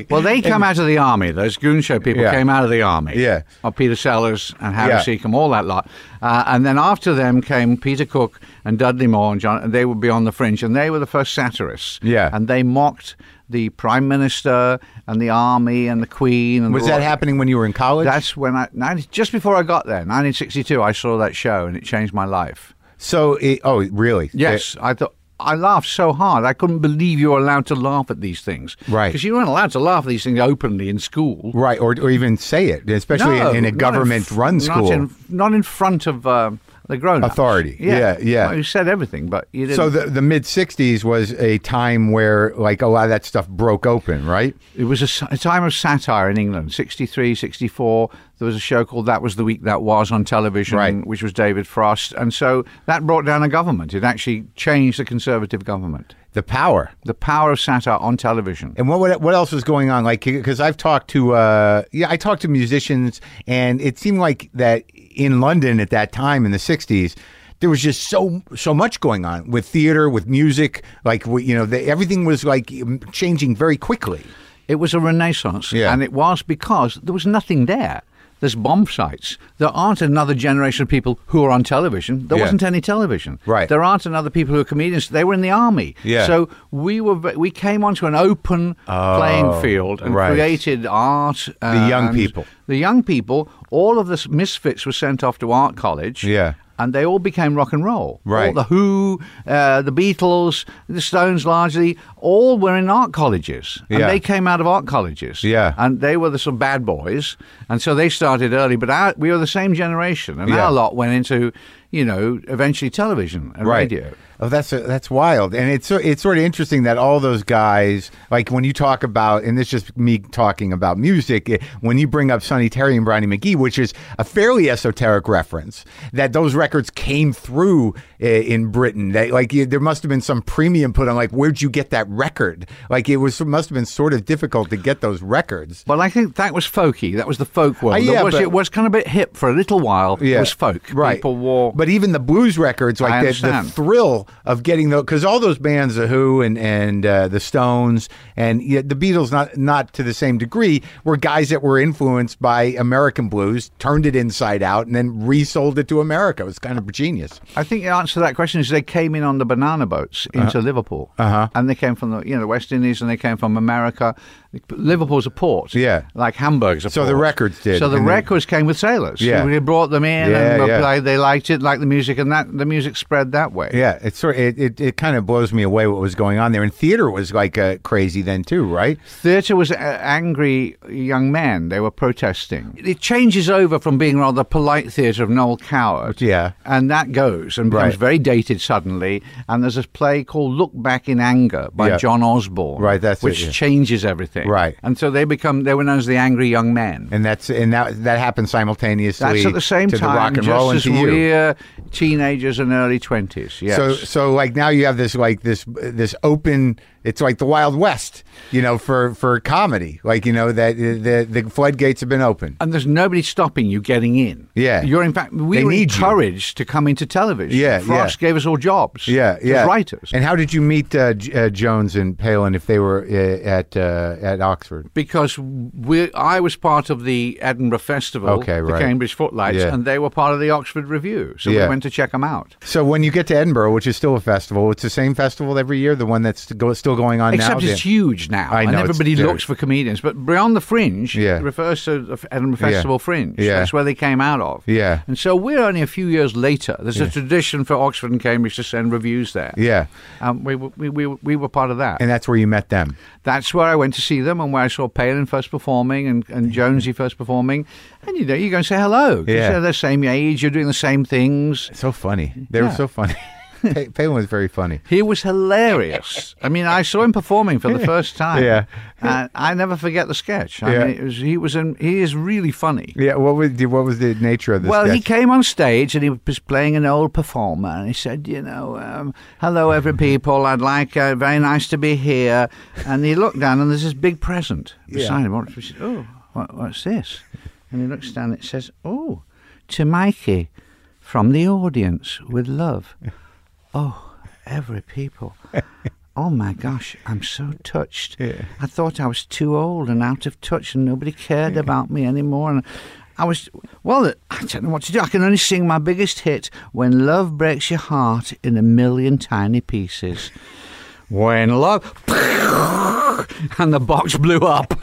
Well, they come out of the army. Those goon show people
Yeah.
came out of the army.
Yeah.
Oh, Peter Sellers and Harry
Yeah.
Seacombe, all that lot. Uh, and then after them came Peter Cook and Dudley Moore and John. And they would be on the fringe, and they were the first satirists.
Yeah.
And they mocked the prime minister and the army and the queen. And
was
the
that
royal-
happening when you were in college?
That's when I 90, just before I got there, 1962. I saw that show and it changed my life.
so, it, oh, really?
Yes, I thought I laughed so hard. I couldn't believe you were allowed to laugh at these things.
Right.
Because you weren't allowed to laugh at these things openly in school.
Right, or, or even say it, especially
No,
in, in a
not
government-run
f-
school.
Not in, not in front of um, the grown
Authority. Yeah, yeah.
Well, you said everything, but you didn't.
So the the mid '60s was a time where like a lot of that stuff broke open, right?
It was a, s- a time of satire in England, 63, 64. There was a show called That Was the Week That Was on television,
Right.
which was David Frost. And so that brought down a government. It actually changed the Conservative government.
The power.
The power of satire on television.
And what would- what else was going on? Like because I've talked to uh, yeah, I talked to musicians, and it seemed like that in London at that time in the '60s. There was just so so much going on with theater, with music, like w- you know, the, everything was like changing very quickly.
It was a renaissance.
Yeah.
And it was because there was nothing there. There's bomb sites. There aren't another generation of people who are on television. There
Yeah.
wasn't any television.
Right.
There aren't another people who are comedians. They were in the army.
Yeah.
So we were ve- we came onto an open playing field and
Oh, right.
created art.
The young
and
people.
The young people. All of the s- misfits were sent off to art college.
Yeah.
And they all became rock and roll.
Right.
All the Who, uh, the Beatles, the Stones, largely all were in art colleges. And
Yeah.
they came out of art colleges.
Yeah.
And they were the sort of bad boys. And so they started early. But our, we were the same generation. And
Yeah.
our lot went into, you know, eventually television and radio.
Oh, that's that's wild, and it's so- it's sort of interesting that all those guys, like when you talk about, and this is just me talking about music, eh, when you bring up Sonny Terry and Brownie McGee, which is a fairly esoteric reference, that those records came through eh, in Britain. That like you- there must have been some premium put on, like where'd you get that record? Like it was must have been sort of difficult to get those records.
But I think that was folky. That was the folk world.
Uh,
There
yeah,
was,
but-
it was kind of a bit hip for a little while. It was folk.
Right.
People wore.
But even the blues records,
I
like the, the
understand.
thrill of getting those, because all those bands, the Who and and uh, the Stones, and yeah, the Beatles, not not to the same degree, were guys that were influenced by American blues, turned it inside out, and then resold it to America. It was kind of genius.
I think the answer to that question is they came in on the banana boats into Liverpool, uh-huh. and they came from the you know West Indies and they came from America. Liverpool's a port,
Yeah.
like Hamburg's a
So
port.
the records did,
So the
and then-
records came with sailors.
Yeah.
we brought them in
Yeah,
and they
yeah.
played. They liked it, liked the music, and that the music spread that way.
Yeah, it's sort it, it it kind of blows me away what was going on there. And theater was like uh, crazy then too, right?
Theatre was uh, angry young men. They were protesting. It changes over from being rather polite theatre of Noel Coward.
Yeah.
And that goes and becomes
Right.
very dated suddenly. And there's this play called Look Back in Anger by
Yeah.
John Osborne.
Right, that's it,
Which
yeah.
changes everything.
Right.
And so they become, they were known as the angry young men.
And that's and that that happened simultaneously.
that's at the same
to
time,
the rock and
just
roll and
as
to you.
we're teenagers and early 20s. Yes.
So so like now you have this like this this open it's like the wild west you know for for comedy like you know that the the floodgates have been open
and there's nobody stopping you getting in.
Yeah.
you're in fact we
They
were
need you.
encouraged to come into television.
Yeah,
Frost
yeah.
gave us all jobs.
yeah
as
yeah
writers
and how did you meet uh, J- uh, Jones and Palin if they were uh, at uh, at Oxford
because we I was part of the Edinburgh Festival,
Okay, right.
the Cambridge Footlights,
Yeah.
and they were part of the Oxford Review. So
Yeah.
we went to check them out.
so when you get to Edinburgh which is still a festival it's the same festival every year the one that's go, still going on
Except
now
it's huge now,
I
and
know, it's
everybody
huge.
looks for comedians. But beyond the fringe,
Yeah.
it refers to the F- Edinburgh
Yeah.
Festival fringe.
Yeah.
That's where they came out of.
Yeah.
And so we're only a few years later. There's a tradition for Oxford and Cambridge to send reviews there.
yeah
Um, we, were- we, we, we were part of that.
and that's where you met them
that's where I went to see them and where I saw Palin first performing and, and Jonesy first performing. And you know, you go and say hello.
Yeah.
You're the same age, you're doing the same things.
so funny they were
Yeah.
so
<laughs>
funny Pa- Palin was very funny
He was hilarious. I mean, I saw him performing for the
<laughs>
first time.
Yeah.
And I never forget the sketch. I
Yeah.
mean, it was, he was in, he is really funny.
yeah what was what was the nature of this
Well, he came on stage and he was playing an old performer, and he said, "You know, um, hello, every
Mm-hmm.
people. I'd like uh, very nice to be here." And he looked down, and there's this big present beside him. What- He said, "Oh, what, what's this?" And he looks down. and It says, "Oh, to Mikey, from the audience with love." Oh, every <laughs> people. Oh my gosh, I'm so touched. I thought I was too old and out of touch and nobody cared about me anymore. And I was, well, I don't know what to do. I can only sing my biggest hit when love breaks your <laughs> heart in a million tiny pieces. When love. <laughs> and the box blew up. <laughs>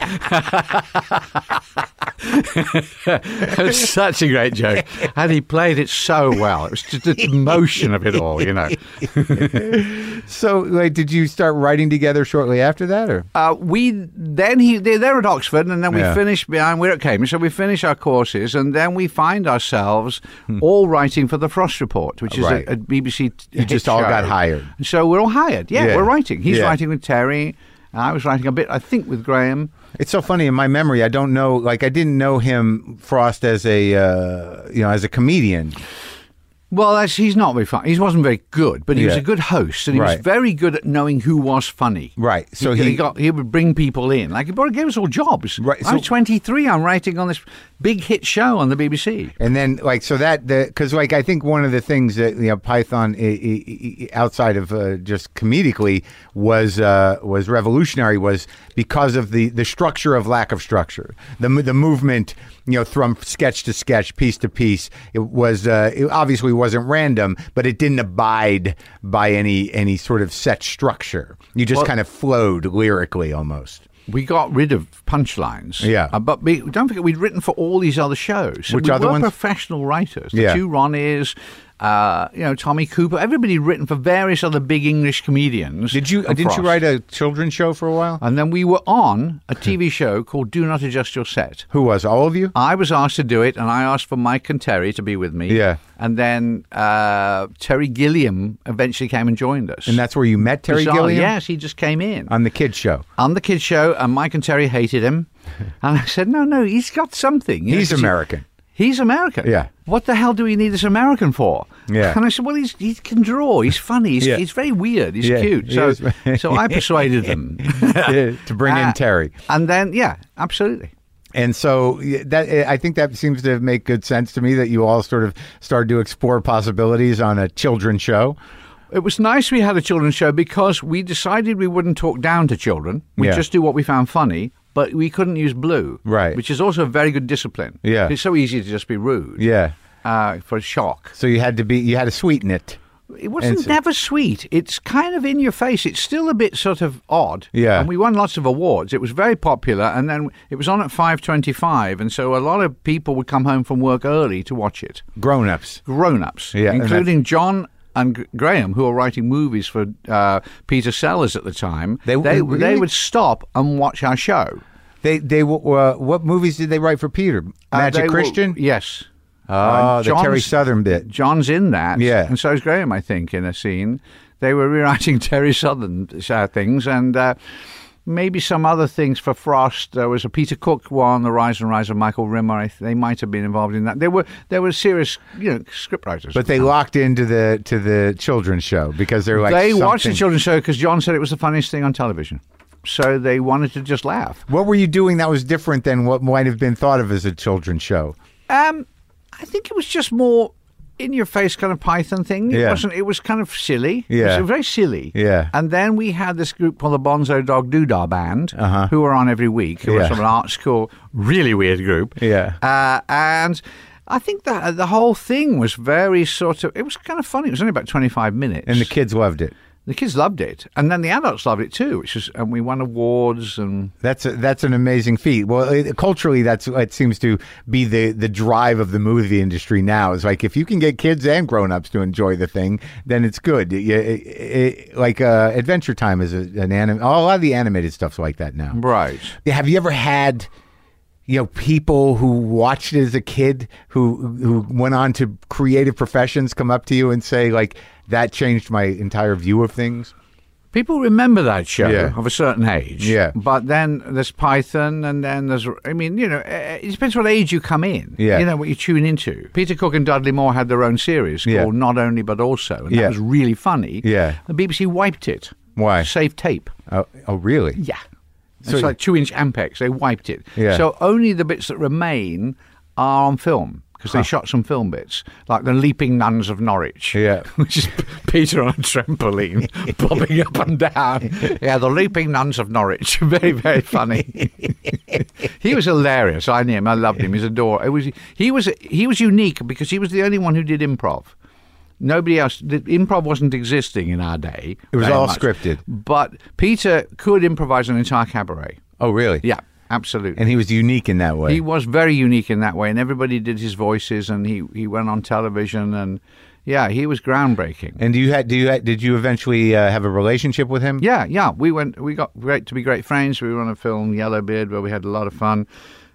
it was such a great joke. And he played it so well. It was just the emotion of it all, you know.
So, like, did you start writing together shortly after that, or
Uh, we then he they're, they're at Oxford, and then we
Yeah.
finish behind. We're at Cambridge, so we finish our courses, and then we find ourselves all writing for the Frost Report, which is
Hmm. Right.
a, a BBC. t-
You just
hit
all
show.
got hired.
so we're all hired. Yeah,
Yeah.
we're writing. He's
Yeah.
writing with Terry. I was writing a bit, I think, with Graham.
It's so funny in my memory. I don't know, like I didn't know him Frost as a uh, you know as a comedian.
Well, that's, he's not very funny. He wasn't very good, but he was
Yeah.
a good host, and he
Right.
was very good at knowing who was funny.
Right, so
he,
he-
got he would bring people in. Like he brought- gave us all jobs.
Right,
I'm
so-
23. I'm writing on this big hit show on the BBC.
And then like so that the because like I think one of the things that you know Python i- i- i- outside of uh, just comedically was uh, was revolutionary was because of the the structure of lack of structure the mo- the movement you know from sketch to sketch piece to piece it was uh, it obviously wasn't random but it didn't abide by any any sort of set structure you just kind of flowed lyrically almost
we got rid of punchlines.
Yeah.
Uh, but we, don't forget, we'd written for all these other shows. So
Which
we
other
were
ones?
professional writers. The
Yeah.
two Ronnies, uh, you know, Tommy Cooper. Everybody had written for various other big English comedians.
did you uh,
and
didn't you
Frost.
write a children's show for a while
And then we were on a TV <laughs> show called Do Not Adjust Your Set.
who was all of you
I was asked to do it, and I asked for Mike and Terry to be with me.
Yeah.
And then uh, Terry Gilliam eventually came and joined us.
and that's where you met Terry
Bizarre.
Gilliam
Yes, he just came in.
on the
<laughs>
kids show.
on the kids show, and Mike and Terry hated
<laughs>
him. And I said, no, no, he's got something. You know,
He's
'cause he-
American.
He's American.
Yeah.
What the hell do we need this American for?
Yeah.
And I said, well, he's, he can draw. He's funny. He's,
Yeah.
he's very weird. He's
Yeah,
cute.
he
So,
is. <laughs>
so I persuaded them
to <laughs> bring in
Uh,
Terry.
And then, yeah, absolutely.
And so y- that eh, I think that seems to make good sense to me that you all sort of started to explore possibilities on a children's show.
It was nice we had a children's show because we decided we wouldn't talk down to children. We
Yeah.
just do what we found funny, but we couldn't use blue,
Right.
Which is also a very good discipline.
Yeah.
it's so easy to just be rude.
Yeah.
uh, for shock.
So you had to be you had to sweeten it.
It wasn't
And so-
never sweet. It's kind of in your face. It's still a bit sort of odd.
Yeah.
And we won lots of awards. It was very popular, and then it was on at five twenty-five, and so a lot of people would come home from work early to watch it.
Grown-ups.
Grown-ups,
Yeah, and
including John and G- Graham, who were writing movies for uh, Peter Sellers at the time.
They-
they,
really?
they would stop and watch our show.
They they w- uh, what movies did they write for Peter?
Uh,
Magic
they were-
Christian?
yes. Uh,
Oh, the Terry
John's-
Southern bit.
John's in that.
Yeah.
And so is Graham, I think, in a scene. They were <laughs> rewriting Terry Southern uh, things and uh, maybe some other things for Frost. There was a Peter Cook one, The Rise and Rise of Michael Rimmer. I th- they might have been involved in that. They were there were serious, you know, scriptwriters.
But they locked into the to the children's show because they're like
they watched the
something-
children's show because John said it was the funniest thing on television. So they wanted to just laugh.
What were you doing that was different than what might have been thought of as a children's show?
Um, I think it was just more in your face kind of Python thing. It
Yeah.
wasn't. It was kind of silly. It
Yeah.
was very silly.
Yeah.
And then we had this group called the Bonzo Dog Doodah Band,
Uh-huh.
who were on every week. Who
Yeah.
were from an art school, really weird group.
Yeah.
Uh, and. I think that the whole thing was very sort of. It was kind of funny. It was only about twenty-five minutes,
And the kids loved it.
the kids loved it, and then the adults loved it too. Which is, and we won awards and
That's a, that's an amazing feat. Well, it, culturally, that's it seems to be the the drive of the movie industry now. Is like if you can get kids and grown ups to enjoy the thing, then it's good. It- it- it- like uh, Adventure Time is a, an anime. A lot of the animated stuff's like that now.
right.
Have you ever had? You know, people who watched it as a kid, who who went on to creative professions, come up to you and say like, "That changed my entire view of things."
People remember that show
Yeah.
of a certain age.
Yeah.
But then there's Python, and then there's, I mean, you know, eh, it depends what age you come in.
Yeah.
You know, what you tune into. Peter Cook and Dudley Moore had their own series
Yeah.
called Not Only But Also, and
Yeah.
that was really funny.
Yeah.
The BBC wiped it.
Why?
Save tape.
Oh, oh really?
Yeah.
So-
it's like two inch Ampex. They wiped it.
Yeah.
So only the bits that remain are on film because they shot some film bits, like the Leaping Nuns of Norwich.
Yeah.
<laughs> Which is P- Peter on a
<laughs>
trampoline, bobbing up and down. Yeah, the Leaping Nuns of Norwich. <laughs> Very, very funny. <laughs> he was hilarious. I knew him. I loved him. He's adorable. It was, he, was, he was unique because he was the only one who did improv. Nobody else. The improv wasn't existing in our day.
It was
very
all
much.
scripted.
But Peter could improvise an entire cabaret.
Oh, really?
Yeah, absolutely.
And he was unique in that way.
He was very unique in that way, and everybody did his voices, and he, he went on television, and yeah, he was groundbreaking.
and do you had do you had, did you eventually uh, have a relationship with him?
Yeah, yeah, we went, we got great to be great friends. We were on a film, Yellowbeard, where we had a lot of fun.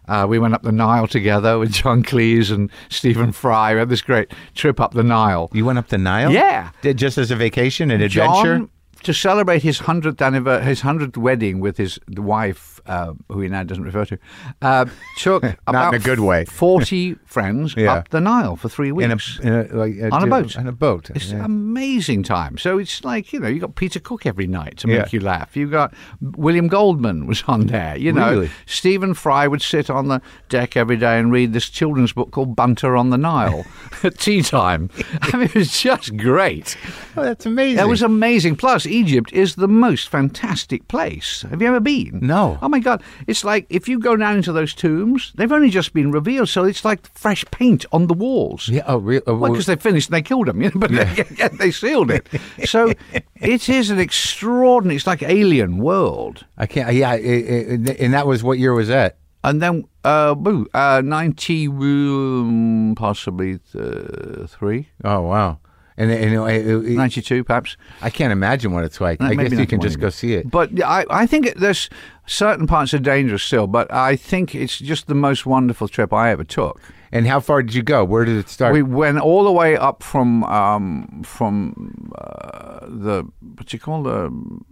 Uh, we went up the Nile together with John Cleese and Stephen Fry. We had this great trip up the Nile.
You went up the Nile?
Yeah.
Did, just as a vacation, an adventure?
John, to celebrate his hundredth anniversary, his hundredth wedding with his wife, uh, who he now doesn't refer to, uh,
<laughs>
took not about
in a good way.
forty <laughs> friends
Yeah.
up the Nile for three
in a,
weeks
in a, like, uh,
on a
do-
boat.
On a boat.
It's
Yeah.
an amazing time. So it's like you know you got Peter Cook every night to
Yeah.
make you laugh. You got William Goldman was on there. You know
Really?
Stephen Fry would sit on the deck every day and read this children's book called Bunter on the Nile <laughs> at tea time. I mean it was just great.
oh, that's amazing.
That was amazing. Plus, Egypt is the most fantastic place. Have you ever been?
No.
Oh my God! It's like if you go down into those tombs, they've only just been revealed, so it's like fresh paint on the walls.
yeah. Oh, really?
Well, because they finished and they killed him, <laughs> you know, but they, they sealed
<laughs>
it. So it is an extraordinary. It's like alien world.
I can't. Yeah. It, it, it- and that was what year was that?
And then, uh, boo, uh, ninety, um, possibly uh, three,
Oh, wow. And, and it, it, it,
ninety-two, perhaps.
I can't imagine what it's like. I
Mm, Maybe
guess you can
91
just
even.
go see it.
But yeah, I, I think it- there's certain parts are dangerous still, but I think it's just the most wonderful trip I ever took.
And how far did you go? Where did it start?
We went all the way up from um, from uh, the what do you call the um,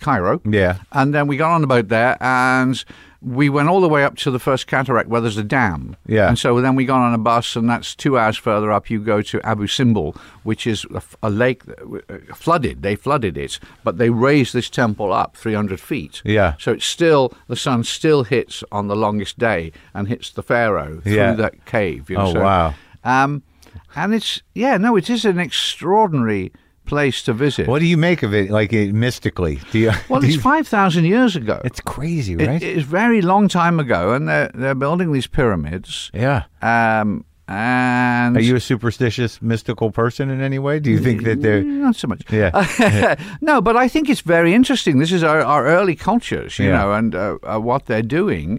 Cairo.
Yeah.
and then we got on the boat there, and we went all the way up to the first cataract where there's a dam.
Yeah.
and so then we got on a bus, and that's two hours further up. You go to Abu Simbel, which is a, f- a lake that w- uh, flooded. They flooded it, but they raised this temple up 300 feet.
Yeah.
so it's still the sun still hits on the longest day and hits the pharaoh through
Yeah.
that cave. you know,
Oh,
so-
wow.
Um, and it's yeah, no, it is an extraordinary place to visit.
what do you make of it? Like it, mystically? Do you,
Well,
<laughs> do
it's
you-
five thousand years ago.
it's crazy,
It-
right?
it's a very long time ago, and they're they're building these pyramids.
yeah.
Um, and
Are you a superstitious, mystical person in any way? Do you think that they're
Mm, not so much.
yeah?
<laughs> no, but I think it's very interesting. This is our, our early cultures, you
Yeah.
know, and uh, uh, what they're doing.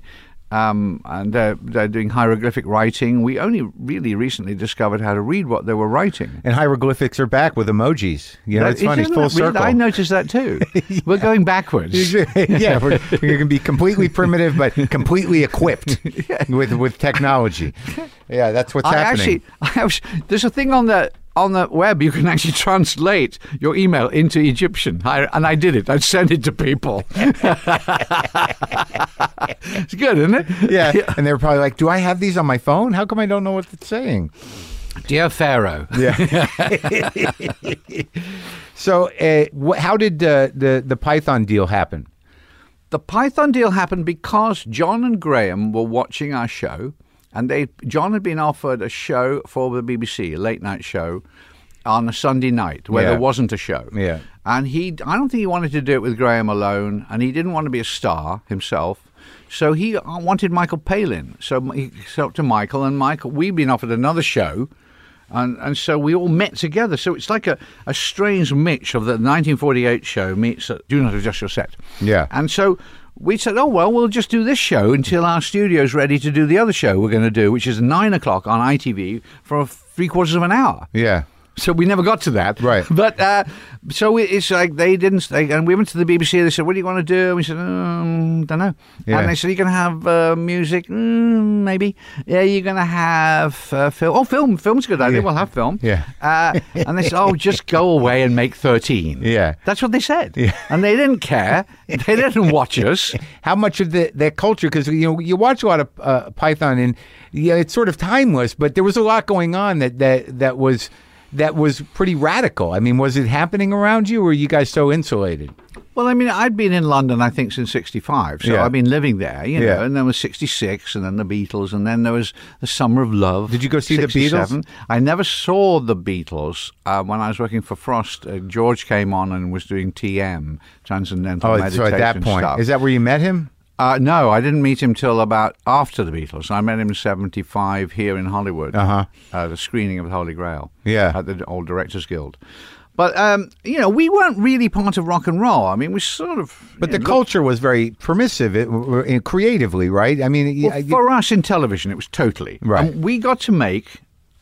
Um, and they're, they're doing hieroglyphic writing. We only really recently discovered how to read what they were writing.
And hieroglyphics are back with emojis. You know,
That-
it's funny,
isn't
full
that weird?
circle.
I noticed that too. We're going backwards.
<laughs> yeah, we're, you can
<laughs>
be completely primitive, but completely equipped with with technology. Yeah, that's what's
I
happening.
actually, <laughs> I was, there's a thing on the on the web you can actually translate your email into Egyptian, I, and I did it. I sent it to people. <laughs> it's good, isn't it? <laughs>
yeah. and they're probably like, "Do I have these on my phone? How come I don't know what it's saying?"
Dear Pharaoh,
So, uh, wh- how did uh, the the Python deal happen?
the Python deal happened because John and Graham were watching our show, and they John had been offered a show for the BBC, a late night show, on a Sunday night where
Yeah.
there wasn't a show.
Yeah.
and he I don't think he wanted to do it with Graham alone, and he didn't want to be a star himself. So he uh, wanted Michael Palin. So m- he talked to Michael, and Michael, we've been offered another show. And, and so we all met together. So it's like a, a strange mix of the 1948 show meets uh, Do Not Adjust Your Set.
Yeah.
And so we said, oh, well, we'll just do this show until our studio's ready to do the other show we're going to do, which is 9 o'clock on ITV for three quarters of an hour.
Yeah,
So we never got to that.
Right.
<laughs> But uh, so it- it's like they didn't. They, and we went to the BBC. They said, "What do you want to do?" And we said, um, "Don't know."
Yeah.
And they said, "You're going to have uh, music, mm, maybe. Yeah, you're going to have uh, film. Oh, film. Film's a good idea. We'll have film.
Yeah.
Uh, and they
<laughs>
said, "Oh, just go away and make 13.
Yeah.
That's what they said. And they didn't care. They didn't watch us.
how much of the their culture? Because you know, you watch a lot of uh, Python, and yeah, it's sort of timeless. But there was a lot going on that that that was that was pretty radical. I mean, was it happening around you, or were you guys so insulated?
Well, I mean, I'd been in London, I think, since '65, so
Yeah.
I've been living there, you know.
Yeah.
And then was '66, and then the Beatles, and then there was the Summer of Love.
Did you go see the Beatles?
67. I never saw the Beatles uh, when I was working for Frost. Uh, George came on and was doing TM, Transcendental
Oh, so
Meditation
at that point,
stuff.
is that where you met him?
Uh, no, I didn't meet him till about after the Beatles. I met him in '75 here in Hollywood, uh-huh. uh, the screening of the Holy Grail,
Yeah.
at the Old Directors Guild. But um, you know, we weren't really part of rock and roll. I mean, we sort of,
But
you
the
know,
culture was very permissive it, w- w- creatively, right? I mean,
Well,
I-
for us in television, it was totally
Right.
And we got to make.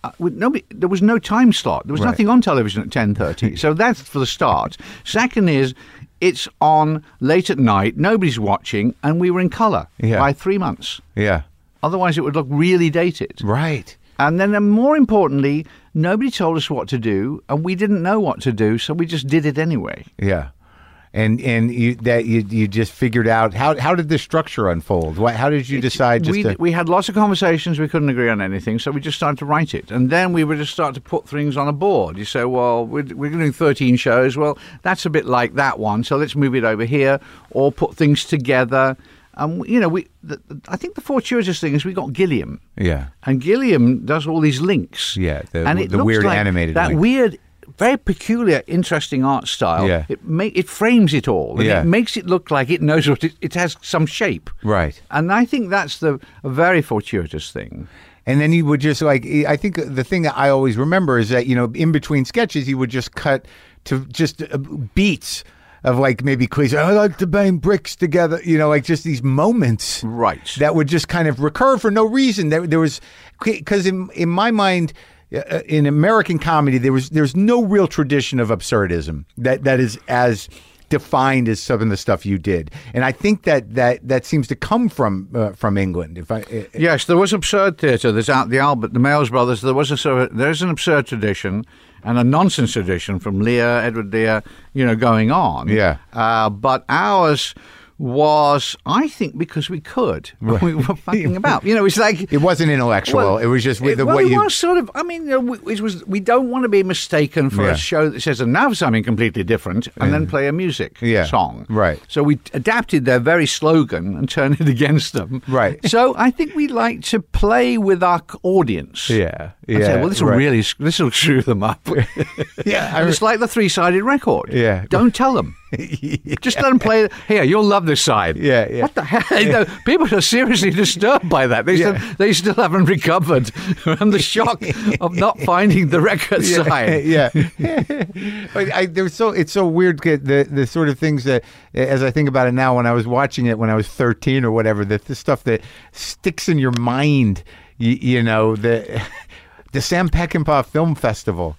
Uh, with nobody, there was no time slot. There was
Right.
nothing on television at ten
<laughs>
thirty. so that's for the start. Second is, it's on late at night. Nobody's watching, and we were in color
Yeah.
by three months.
yeah,
Otherwise, it would look really dated.
right.
And then, and more importantly, nobody told us what to do, and we didn't know what to do, so we just did it anyway.
Yeah. And and you that you you just figured out how how did the structure unfold? What how did you decide just
we,
to
we had lots of conversations. We couldn't agree on anything, so we just started to write it, and then we would just start to put things on a board. You say, "Well, we're, we're doing thirteen shows. Well, that's a bit like that one, so let's move it over here, or put things together." And you know, we the, the- I think the fortuitous thing is we got Gilliam,
Yeah.
and Gilliam does all these links,
Yeah, the-
and it
the
looks
weird
like
animated
that
links.
weird. Very peculiar, interesting art style.
Yeah.
It ma- it frames it all. And
Yeah.
It makes it look like it knows what it, it has some shape.
Right.
And I think that's the a very fortuitous thing.
And then you would just like I think the thing that I always remember is that you know in between sketches you would just cut to just uh, beats of like maybe cliche. I like to bang bricks together, you know, like just these moments,
Right.
That would just kind of recur for no reason. There, there was because in in my mind. uh, In American comedy, there was there's no real tradition of absurdism that that is as defined as some of the stuff you did, and I think that that that seems to come from uh, from England. If I uh,
Yes, there was absurd theatre. There's out the Albert, the Mails brothers. There was a sort of, there's an absurd tradition and a nonsense tradition from Lear, Edward Lear. You know, going on.
Yeah.
Uh, but ours was, I think, because we could. <laughs> We were fucking about. You know, it's like
It wasn't intellectual. it was just with
it-
the
well,
way
it
you.
was sort of. I mean, you know, we, it was. We don't want to be mistaken for
Yeah.
a show that says, "And now for something completely different," and then play a music
Yeah.
song.
Right.
So we adapted their very slogan and turned it <laughs> against them.
Right.
So I think we like to play with our c- audience.
Yeah,
And say,
yeah,
well, this will
right.
really this will screw them
<laughs>
up.
Yeah, I
And it's like the three-sided record.
Yeah.
Don't tell
<laughs>
them. Just let them play. Here, you'll love this side.
Yeah, yeah.
What the hell? You know, People are seriously disturbed by that. They still, they still haven't recovered <laughs> from the shock of not finding the <laughs> record side.
Eh, yeah, but I, there's so it's so weird 'cause the the sort of things that as I think about it now when I was watching it when I was 13 or whatever the, the stuff that sticks in your mind you, you know the <laughs> the Sam Peckinpah Film Festival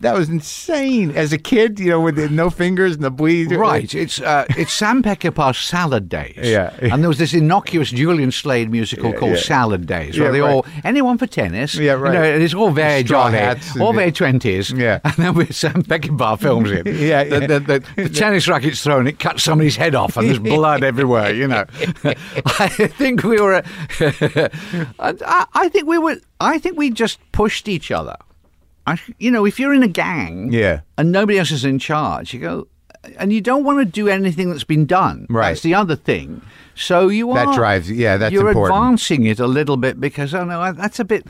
that was insane as a kid you know with the no fingers and the bleed
Right, it's uh, it's Sam Peckinpah's Salad Days.
Yeah.
and there was this innocuous Julian Slade musical called Salad Days, where
Yeah,
they
right.
all anyone for tennis.
Yeah,
you
right.
know, and it's all very
Straw
jolly,
hats and
all
the-
very twenties.
Yeah.
<laughs> and then with Sam Peckinpah films it.
<laughs> Yeah,
the,
yeah.
The, the,
<laughs>
the tennis racket's thrown, it cuts somebody's head off, and there's blood everywhere. You know, <laughs> I think we were. <laughs> I, I think we were. I think we just pushed each other. I, you know, if you're in a gang,
Yeah.
and nobody else is in charge. You go, and you don't want to do anything that's been done.
Right.
That's the other thing. So you
That
are
drives- yeah, that's
you're
important.
advancing it a little bit because oh no, I- that's a bit.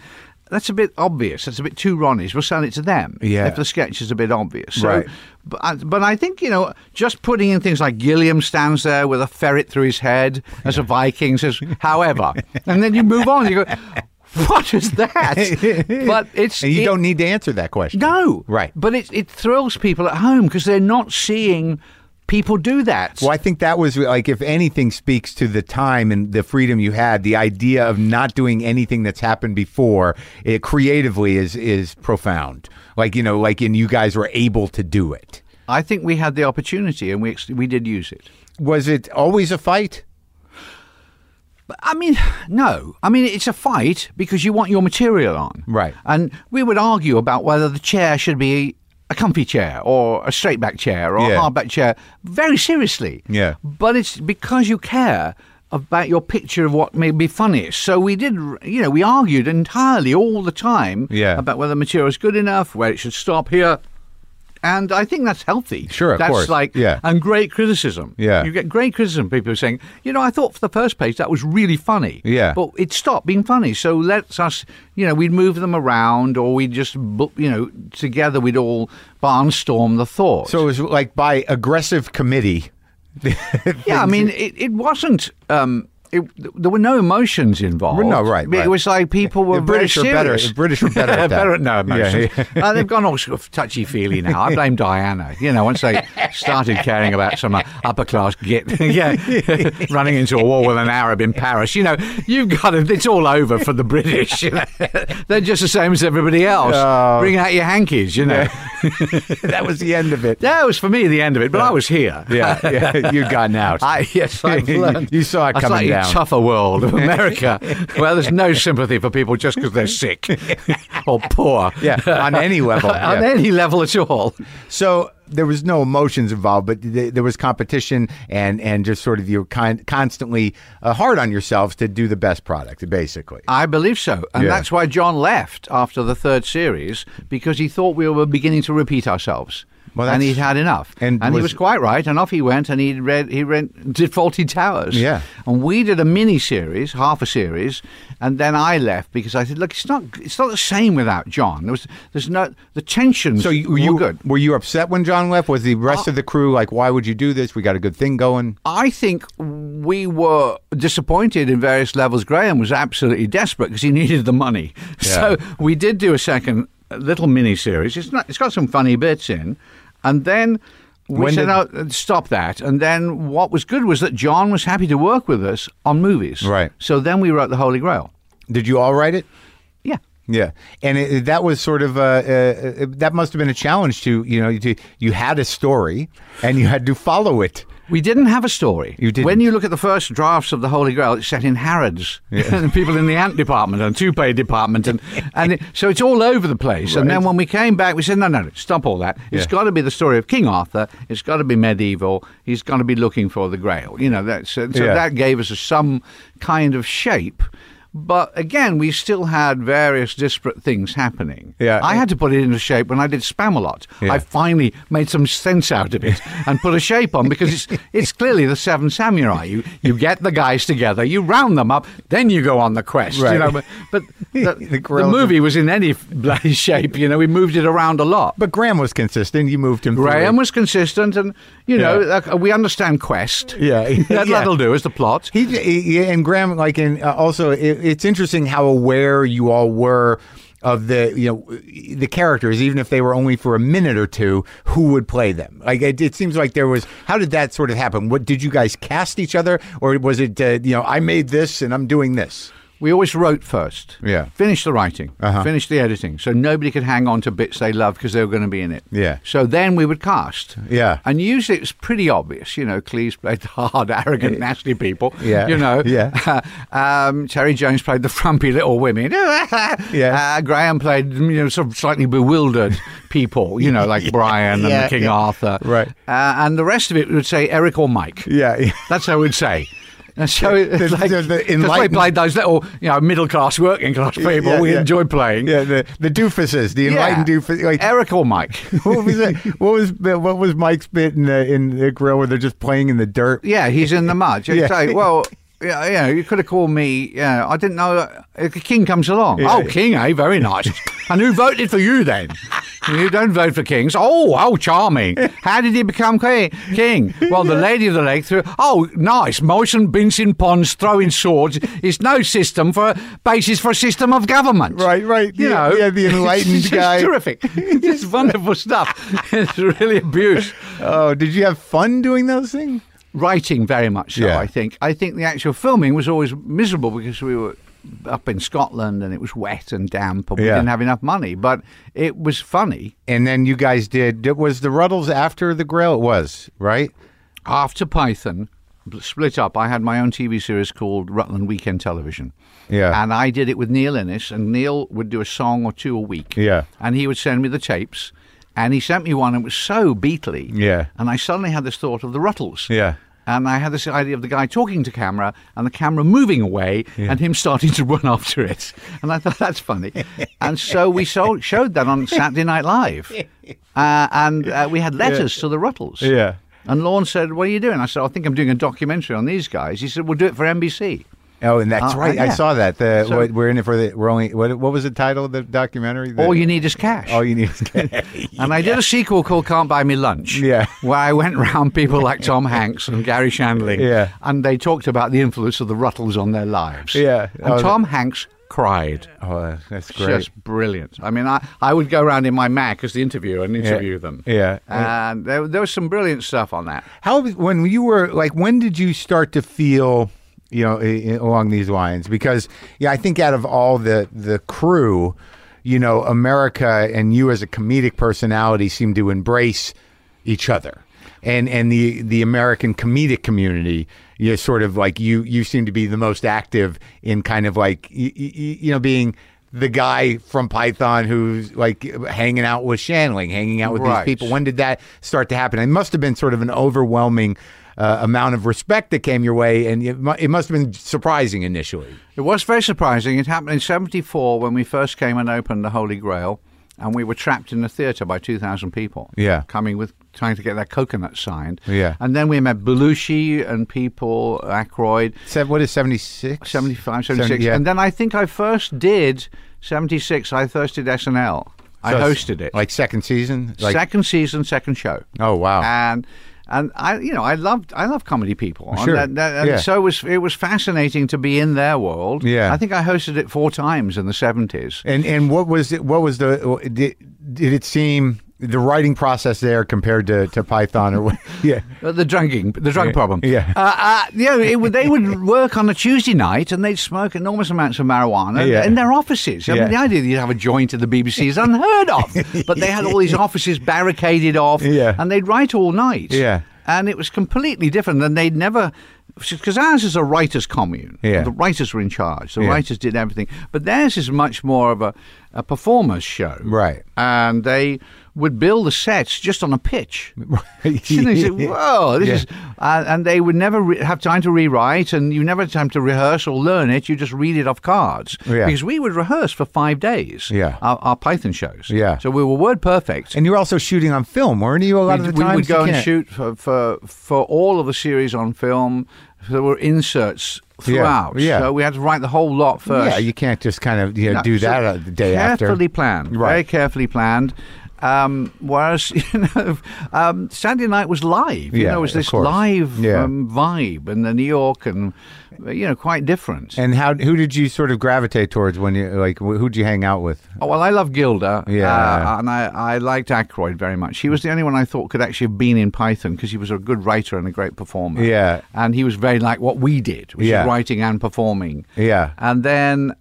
That's a bit obvious. That's a bit too Ronnie's. We'll sell it to them
Yeah.
if the sketch is a bit obvious. So,
Right.
But I, but I think you know, just putting in things like Gilliam stands there with a ferret through his head as a Viking
<laughs>
says, "However," and then you move on. You go, "What is
<laughs>
that?" But it's
and you
it-
don't need to answer that question
no.
Right.
But it, it thrills people at home because they're not seeing people do that.
Well, I think that was like, if anything speaks to the time and the freedom you had, the idea of not doing anything that's happened before, it creatively is is profound. Like you know, like and you guys were able to do it.
I think we had the opportunity and we, ex- we did use it.
Was it always a fight?
But, I mean, <sighs> no. I mean, it's a fight because you want your material on.
Right.
And we would argue about whether the chair should be a comfy chair or a straight back chair or
Yeah.
a hard back chair very seriously.
Yeah.
But it's because you care about your picture of what may be funny. So we did, you know, we argued entirely all the time
Yeah.
about whether the material is good enough, where it should stop here. And I think that's healthy.
Sure, of
that's
course.
like
Yeah.
and great criticism.
Yeah.
you get great criticism. People are saying, you know, I thought for the first page that was really funny.
Yeah.
But it stopped being funny. So let's us, you know, we'd move them around or we'd just, bu- you know, together we'd all barnstorm the thought.
So it was like by aggressive committee.
yeah, I mean, it, it wasn't. Um, it, there were no emotions involved.
No, right,
It
right.
was like people were
the British
very
are better.
serious.
The British are
<laughs>
better at that.
better at no
Yeah,
emotions. Uh, they've gone all sort of touchy feely now. I blame Diana. You know, once they started caring about some uh, upper class git, <laughs> yeah, running into a war with an Arab in Paris. You know, you've got to, it's all over for the British. you know. <laughs> They're just the same as everybody else. Bring out your hankies. You know,
<laughs> that was the end
<laughs>
of it.
that was for me the end of it. But I was here.
Yeah, yeah you've gotten out.
I,
<laughs>
yes, I've learned.
You saw it
A
coming
slightly
down.
tougher world of <laughs> America, where there's no sympathy for people just because they're sick
<laughs>
<laughs> or poor.
Yeah, on
<laughs>
any level,
on
yeah.
any level at all.
So there was no emotions involved, but th- there was competition and and just sort of you're kind constantly uh, hard on yourselves to do the best product, basically.
I believe so, and
Yeah.
that's why John left after the third series because he thought we were beginning to repeat ourselves.
Well,
and
that's-
he'd had enough,
and
he
was-
was quite right. And off he went, and he read he read Defaulted Towers.
Yeah.
and we did a mini series, half a series, and then I left because I said, look, it's not it's not the same without John. There was there's no the tensions.
so you,
were
you
good.
were you upset when John left? Was the rest of the crew like, why would you do this? We got a good thing going.
I think we were disappointed in various levels. Graham was absolutely desperate because he needed the money. <laughs> So we did do a second little mini series. It's not. It's got some funny bits in, and then. We
When
said,
did-
"Oh, stop that." And then what was good was that John was happy to work with us on movies.
Right.
So then we wrote The Holy Grail.
Did you all write it?
Yeah.
Yeah, and it, it- that was sort of uh, uh, that must have been a challenge to you know to, you had a story and you had to follow it.
We didn't have a story.
You didn't.
When you look at the first drafts of the Holy Grail, it's set in Harrods, <laughs> and people in the ant department and toupee department, and and it, so it's all over the place. And then when we came back, we said, no, no, no stop all that. It's
Yeah.
got to be the story of King Arthur. It's got to be medieval. He's got to be looking for the Grail. You know, that's so, so
Yeah.
that gave us some kind of shape. But again, we still had various disparate things happening.
Yeah.
I had to put it into shape when I did Spamalot. I finally made some sense out of
<laughs>
it and put a shape on because it's it's clearly the Seven Samurai. You you get the guys together, you round them up, then you go on the quest.
Right.
You know, but,
<laughs>
but the, the,
grilled-
movie was in any bloody shape. You know, we moved it around a lot.
But Graham was consistent. You moved him. through
Graham
it.
was consistent, and you know like, we understand quest.
Yeah. <laughs> Yeah.
that, will do as the plot.
He, he and Graham like and uh, also it, it's interesting how aware you all were of the you know the characters even if they were only for a minute or two who would play them like it, it seems like there was how did that sort of happen what did you guys cast each other or was it uh, you know I made this and I'm doing this
We always wrote first.
Yeah.
Finish the writing,
Uh-huh.
finish the editing. So nobody could hang on to bits they loved because they were going to be in it.
Yeah.
So then we would cast.
Yeah.
And usually it was pretty obvious. You know, Cleese played the hard, arrogant, nasty people.
Yeah.
You know.
<laughs> Yeah.
<laughs> um, Terry Jones played the frumpy little women. <laughs>
Yeah.
Uh, Graham played, you know, sort of slightly bewildered <laughs> people, you know, like Brian
<laughs> Yeah,
and King
yeah.
Arthur.
Right.
Uh, and the rest of it would say Eric or Mike.
<laughs> yeah
That's how we'd say. And so it's
The-
like,
the- the
'cause we
enlightened-
played those little, you know, middle class, working class people.
yeah,
we
yeah.
enjoy playing.
yeah the the doofuses the enlightened doofus like
Eric or Mike.
<laughs> what was it? What was what was Mike's bit in the in the grill where they're just playing in the dirt? <laughs>
yeah, he's in the mud. You'd
Yeah.
say, well, yeah, yeah, you could have called me. Yeah, I didn't know. Uh, King comes along.
Yeah.
Oh, King, eh? Very nice.
<laughs>
and who voted for you then? you don't vote for kings. Oh, oh, charming. How did he become ki- king? Well, the lady of the lake threw. Oh, nice. Motion Binson Ponds throwing swords is no system for basis for a system of government.
Right, right.
You
Yeah,
know,
yeah, the
<laughs>
enlightened <laughs>
it's just
guy.
terrific. It's just wonderful
<laughs>
stuff. It's really abuse
Oh, did you have fun doing those things?
writing very much so
Yeah.
i think i think the actual filming was always miserable because we were up in scotland and it was wet and damp and we
Yeah.
didn't have enough money but it was funny
And then you guys did. It was the Ruddles after the grill. It was right.
after python bl- split up i had my own tv series called rutland weekend television
Yeah.
and i did it with neil innes and neil would do a song or two a week
Yeah.
and he would send me the tapes and he sent me one and it was so beatly
Yeah.
and i suddenly had this thought of the ruttles
Yeah.
And I had this idea of the guy talking to camera and the camera moving away and him starting to run <laughs> after it. And I thought, that's funny. and so we sold, showed that on Saturday Night Live. Uh, and uh, we had letters to the Ruttles.
Yeah.
And Lorne said, What are you doing? I said, I think I'm doing a documentary on these guys. He said, We'll do it for NBC.
Oh, and that's
Uh,
right. I
yeah.
saw that. The
So-
what, we're in it for the. We're only. What, what was the title of the documentary? The-
All you need is cash.
All you need <laughs> is
and I did a sequel called Can't Buy Me Lunch.
Yeah.
Where I went round people like
<laughs>
Tom Hanks and Gary Shandling.
Yeah.
And they talked about the influence of the Ruttles on their lives.
Yeah.
And
Oh,
Tom Hanks cried.
oh,
It's
that's great.
Just brilliant. I mean, I, I would go around in my Mac as the interviewer and interview them.
Yeah.
And there, there was some brilliant stuff on that.
How when you were like when did you start to feel you know i- i- along these lines? Because yeah, I think out of all the the crew, you know, America and you as a comedic personality seem to embrace each other. And and the the American comedic community, you sort of like you you seem to be the most active in kind of like you, you know being the guy from Python who's like hanging out with Shanling, hanging out with
Right.
these people. When did that start to happen? It must have been sort of an overwhelming uh, amount of respect that came your way, and it, mu- it must have been surprising initially.
It was very surprising. It happened in 74 when we first came and opened the Holy Grail, and we were trapped in a theatre by 2,000 people.
Yeah.
Coming with, trying to get their coconut signed.
Yeah.
And then we met Belushi and people, Aykroyd,
Se- what is 76?
75, 76.
Seventy- yeah.
And then I think I first did 76, I first did SNL. I
So it's
hosted it.
Like second season? Like,
second season, second show.
Oh, wow.
And and I you know I loved I love comedy people. And
Sure.
that- that- and
Yeah.
So it was it was fascinating to be in their world.
Yeah.
I think I hosted it four times in the seventies.
and and what was it? What was the? Did, did it seem the writing process there compared to, to Python or what? <laughs>
<laughs>
yeah.
Uh, The drinking, the drug problem.
yeah.
Uh, uh, you know, it, would- they would work on a Tuesday night and they'd smoke enormous amounts of marijuana
Yeah.
in their offices. I
Yeah.
mean, the idea that you'd have a joint at the BBC is unheard
<laughs>
of. but they had all these offices barricaded off
Yeah.
and they'd write all night.
Yeah.
And it was completely different than they'd never. Because ours is a writers' commune.
Yeah.
The writers were in charge. The writers did everything. But theirs is much more of a, a performers show.
Right.
And they would build the sets just on a pitch. You know, you say, whoa, this
<laughs> Yeah.
is, uh, and they would never re- have time to rewrite, and you never had time to rehearse or learn it. You just read it off cards
Yeah.
because we would rehearse for five days.
Yeah.
our, our Python shows.
Yeah.
so we were word perfect.
and you were also shooting on film, weren't you? A lot
we,
of the
we
time
would go and shoot for, for for all of the series on film. There were inserts throughout.
yeah.
so we had to write the whole lot first.
Yeah, you can't just kind of you know,
uh, No,
do
so
that uh, the day after.
Carefully planned,
Right.
very carefully planned. Um, whereas <laughs> you know, um, Saturday night was live. You
Yeah,
know, it was
of
this
course.
live
Yeah.
um, vibe, and the New York, and uh, you know, quite different.
And how who did you sort of gravitate towards when you like wh- who'd you hang out with?
oh, well, I love Gilda,
Yeah.
uh, and I, I liked Aykroyd very much. He was the only one I thought could actually have been in Python because he was a good writer and a great performer.
Yeah.
and he was very like what we did, which
Yeah.
is writing and performing.
Yeah.
And then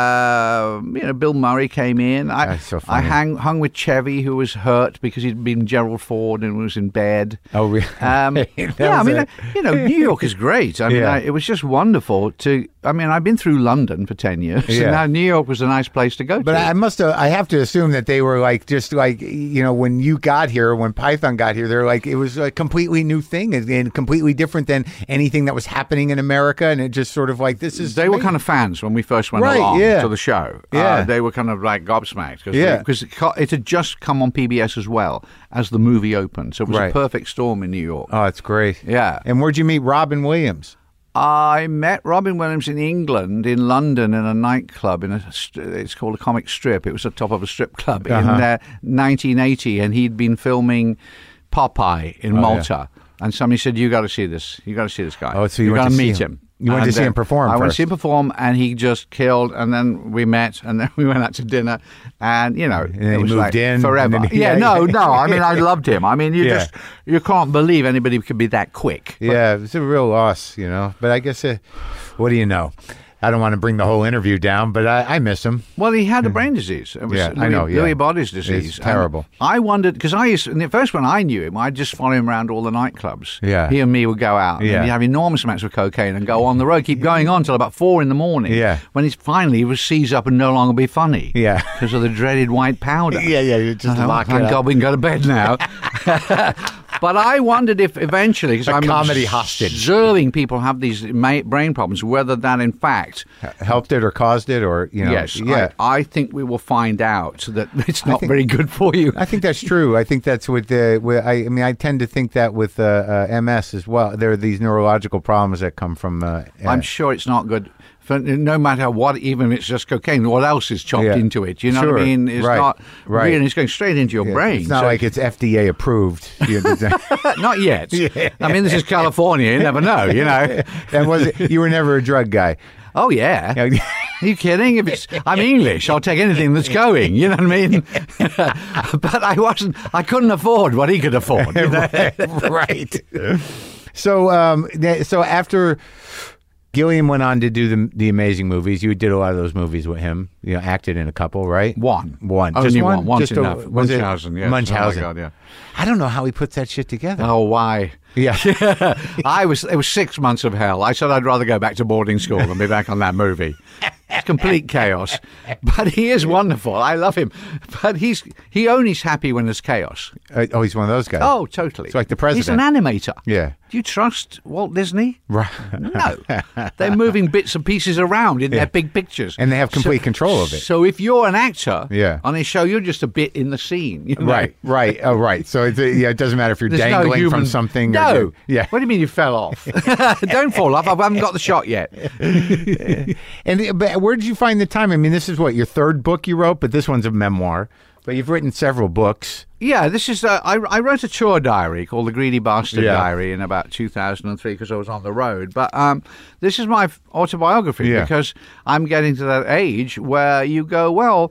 uh, you know Bill Murray came in. I
That's so
I
funny.
hang, hung with Chevy, who was hurt because he'd been Gerald Ford and was in bed.
Oh, really?
Um,
That
yeah, I
was
mean,
it.
I- you know, New York is great. I mean,
Yeah.
I, it was just wonderful to. I mean, I've been through London for ten years,
Yeah.
and now New York was a nice place to go
<laughs> But
to.
I must have, I have to assume that they were like just like you know when you got here when Python got here they're like it was a completely new thing and- and completely different than anything that was happening in America and it just sort of like this is
they were kind of fans when we first went
Right,
along
yeah.
to the show.
Yeah.
Uh, they were kind of like gobsmacked because
Yeah.
it, co- it had just come on PBS as well as the movie opened. So it was
Right.
a perfect storm in New York.
oh it's great
Yeah.
and where'd you meet Robin Williams
I met Robin Williams in England, in London, in a nightclub. In a, st- it's called a comic strip. It was the top of a strip club
Uh-huh.
in uh, 1980, and he'd been filming Popeye
Oh,
in Malta. And somebody said, "You got to see this. You got to see this guy.
Oh, so you went
got
to see
meet
him.
him.
You went to
And,
see
uh,
him perform
I went to
first.
see him perform, and he just killed. And then we met, and then <laughs> we went out to dinner, and you know,
then
it
he
was
moved
like
in, and
forever.
then he-
yeah,
<laughs> yeah,
no,
yeah.
no. I mean, I loved him. I mean, you
Yeah.
just you can't believe anybody could be that quick.
yeah it's a real loss you know but I guess uh, what do you know I don't want to bring the whole interview down but I, I miss him
Well, he had a brain disease. It was
Hmm. Yeah, I
Lewy,
know, yeah.
Lewy body's disease.
It's
And
terrible.
I wondered because I used in the first one I knew him. I'd just follow him around all the nightclubs.
Yeah.
he and me would go out.
Yeah.
and he'd have enormous amounts of cocaine and go on the road, keep going on till about four in the morning.
Yeah.
when he's finally he was seized up and no longer be funny.
Yeah.
because of the dreaded white powder.
yeah you just
I thought,
lock
Thank
it up
God we can go to bed
<laughs>
now. but I wondered if eventually, because
A
I'm
comedy hostage.
observing people have these ma- brain problems, whether that in fact
helped it or caused it or you know
Yes,
yeah.
I, I think we will find out <laughs> that it's not very good for you.
I think that's true. I think that's what the. where- I, I mean, I tend to think that with uh, uh, MS as well. There are these neurological problems that come from. Uh, uh,
I'm sure it's not good. for no matter what, even if it's just cocaine, what else is chopped
Yeah.
into it? You know
Sure.
what I mean? It's
Right.
not
Right.
really, it's going straight into your brain.
It's not
So-
like it's FDA approved. <laughs> You
<laughs>
know,
not
<laughs>
yet. I mean, this is California. You never know, you know.
and was it, you were never a drug guy.
Oh yeah.
<laughs>
Are you kidding? If it's I'm English, I'll take anything that's going. You know what I mean? <laughs> but I wasn't. I couldn't afford what he could afford. you know?
<laughs> right. So, um, th- so after Gilliam went on to do the the amazing movies, you did a lot of those movies with him. You know, acted in a couple, right?
One.
one,
Only
just
one.
one,
One's
just a-
enough.
was it-
Munchausen, yeah. Oh my
Munchausen.
God, yeah.
I don't know how he puts that
<laughs>
shit together.
Oh why?
Yeah.
I was. It was six months of hell. I said I'd rather go back to boarding school than be back on that movie. It's complete chaos, but he is wonderful. I love him, but he's he only's happy when there's chaos.
Uh, <laughs> oh, he's one of those guys.
Oh, totally.
It's like the
He's an
president.
animator.
Yeah.
Do you trust Walt Disney? Right.
<laughs>
No. They're moving bits and pieces around in their big pictures.
And they have complete control of it.
So if you're an actor
Yeah.
on his show, you're just a bit in the scene. you know?
Right, right, oh, right. So it's, uh, yeah, it doesn't matter if you're
There's no
dangling
human-
from something.
No.
Or you're- yeah.
What do you mean you fell off? <laughs> Don't fall off. I haven't got the shot yet.
And uh, but where did you find the time? I mean, this is what your third book you wrote, but this one's a memoir. But you've written several books.
Yeah, this is. Uh, I, I wrote a tour diary called The Greedy Bastard
Yeah.
Diary in about 2003 because I was on the road. But um, this is my f- autobiography
Yeah.
because I'm getting to that age where you go, well,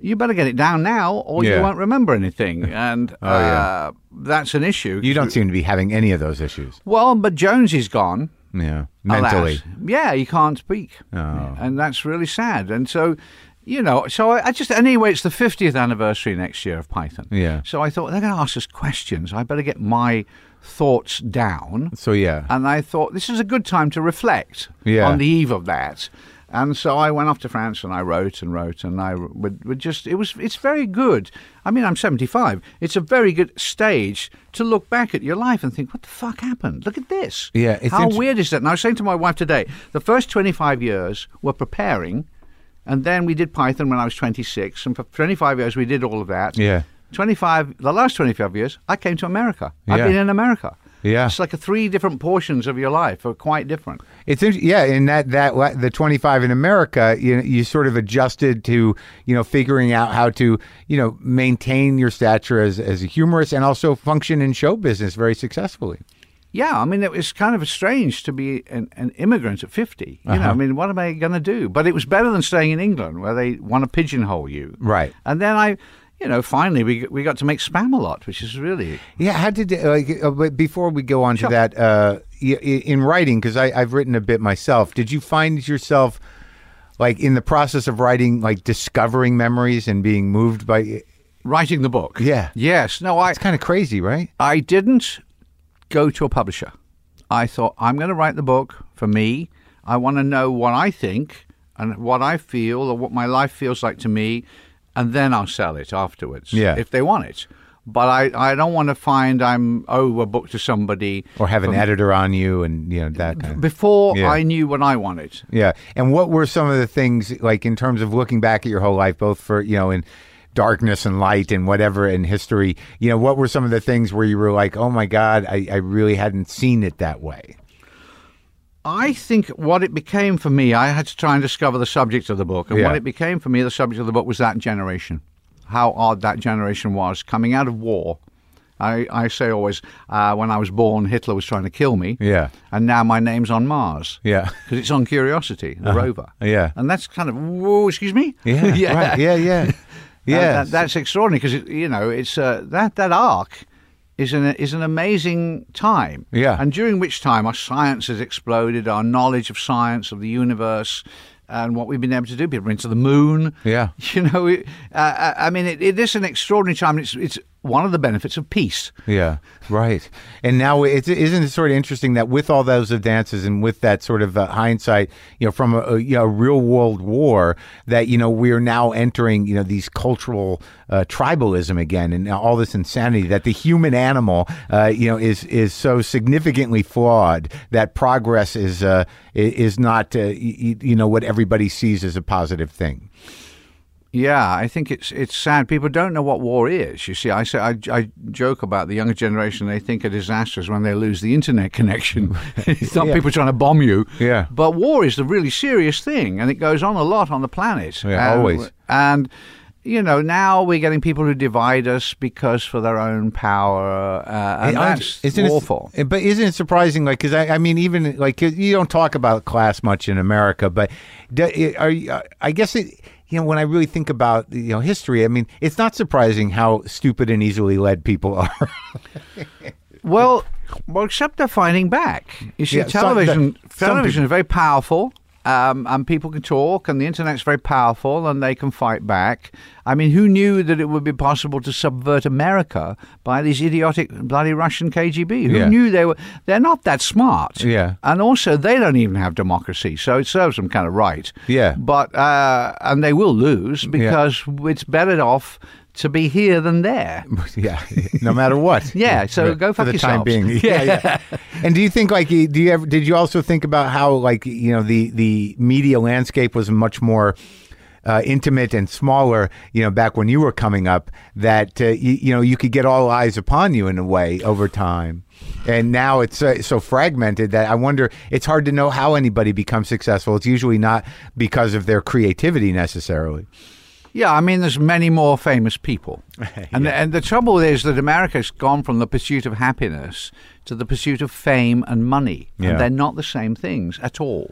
you better get it down now or
Yeah. Oh,
you won't remember anything.
<laughs>
And uh, that's an issue.
You don't seem to be having any of those issues.
Well, but Jones is gone.
Yeah,
alas.
mentally. Oh.
Yeah, he can't speak. And that's really sad. And so, you know, so I, I just, anyway, it's the 50th anniversary next year of Python.
Yeah.
So I thought, they're going to ask us questions. I better get my thoughts down.
So yeah,
And I thought, this is a good time to reflect
Yeah.
on the eve of that. And so I went off to France and I wrote and wrote and I would, would just, it was, it's very good. I mean, I'm 75. It's a very good stage to look back at your life and think, what the fuck happened? Look at this.
Yeah, it's
How
int-
weird is that? And I was saying to my wife today, the first 25 years were preparing. And then we did Python when I was 26. And for 25 years, we did all of that.
Yeah.
25, the last 25 years, I came to America.
Yeah.
I've been in America.
Yeah.
It's like a three different portions of your life are quite different.
it's int- yeah, and that that la- the twenty five in America, you you sort of adjusted to you know figuring out how to you know maintain your stature as as a humorist and also function in show business very successfully.
Yeah, I mean, it was kind of strange to be an, an immigrant at 50. You
Uh-huh.
know, I mean, what am I going to do? But it was better than staying in England where they want to pigeonhole you.
Right.
And then I, you know, finally we, we got to make Spam a lot, which is really
Yeah, how did like? Uh, but before we go on to that, uh, y- i- in writing, because I've written a bit myself. Did you find yourself like in the process of writing, like discovering memories and being moved by?
writing the book.
Yeah.
Yes. No, I,
It's kind of crazy, right?
I didn't go to a publisher. I thought I'm going to write the book for me. I want to know what I think and what I feel or what my life feels like to me, and then I'll sell it afterwards.
Yeah.
if they want it. But I, I don't want to find I'm owe a book to somebody
Or have an editor on you, and you know that. Kind of.
before
Yeah.
I knew what I wanted.
Yeah. And what were some of the things like in terms of looking back at your whole life, both for you know in darkness and light and whatever in history? You know, what were some of the things where you were like, oh my god, I, I really hadn't seen it that way.
I think what it became for me, I had to try and discover the subject of the book. And
Yeah.
what it became for me, the subject of the book was that generation. How odd that generation was coming out of war. I, I say always, uh, when I was born, Hitler was trying to kill me.
Yeah.
And now my name's on Mars.
Yeah. <laughs> Uh-huh.
Because it's on Curiosity, the rover.
Yeah.
And that's kind of, whoa, excuse me? <laughs>
Yeah, right. yeah, yeah,
And
yeah.
that, that's extraordinary because you know it's uh, that that arc is an is an amazing time.
Yeah.
and during which time our science has exploded, our knowledge of science of the universe. And what we've been able to do, people went to the moon.
Yeah.
<laughs> you know, it, uh, uh, I mean, it, it is an extraordinary time. It's it's one of the benefits of peace.
yeah, right. And now it's isn't it sort of interesting that with all those advances and with that sort of uh, hindsight, you know, from a, a, you know, real world war, that you know we are now entering you know these cultural uh, tribalism again and all this insanity that the human animal uh, you know is is so significantly flawed that progress is uh, i- is not uh, y- y- you know what everybody sees as a positive thing.
Yeah, I think it's it's sad. People don't know what war is. You see, I say I, I joke about the younger generation. They think a disaster is when they lose the internet <laughs>
<laughs>
connection. it's not people trying to bomb you.
Yeah.
But war is the really serious thing, and it goes on a lot on the planet.
Yeah,
And-
always.
And you know, now we're getting people who divide us because for their own power, uh, and
I- I-
that's awful.
It, but isn't it surprising? Like, because I, I mean, even like you don't talk about class much in America, but do, it- are you- uh, I guess it. You know, when I really think about you know history, I mean, it's not surprising how stupid and easily led people <laughs> are.
Well, well, except they're fighting back. You see,
Yeah, some-
television
the- some
television is very powerful, um, and people can talk, and the internet's very powerful, and they can fight back. I mean, who knew that it would be possible to subvert America by these idiotic bloody Russian KGB? Who
Yeah.
knew they were? They're not that smart.
Yeah.
and also they don't even have democracy, so it serves them kind of right.
Yeah.
but uh, and they will lose because it's better off. To be here than there.
<laughs> yeah, no matter what.
<laughs> Yeah, so go
for
fuck
the time
yourselves. <laughs>
being. Yeah, yeah. and do you think like do you ever did you also think about how like you know the the media landscape was much more uh, intimate and smaller, you know, back when you were coming up, that uh, you, you know you could get all eyes upon you in a way over time, and now it's uh, so fragmented that I wonder it's hard to know how anybody becomes successful. It's usually not because of their creativity necessarily.
Yeah, I mean, there's many more famous
<laughs>
people, and the, and the trouble is that America's gone from the pursuit of happiness to the pursuit of fame and money,
Yeah.
and they're not the same things at all.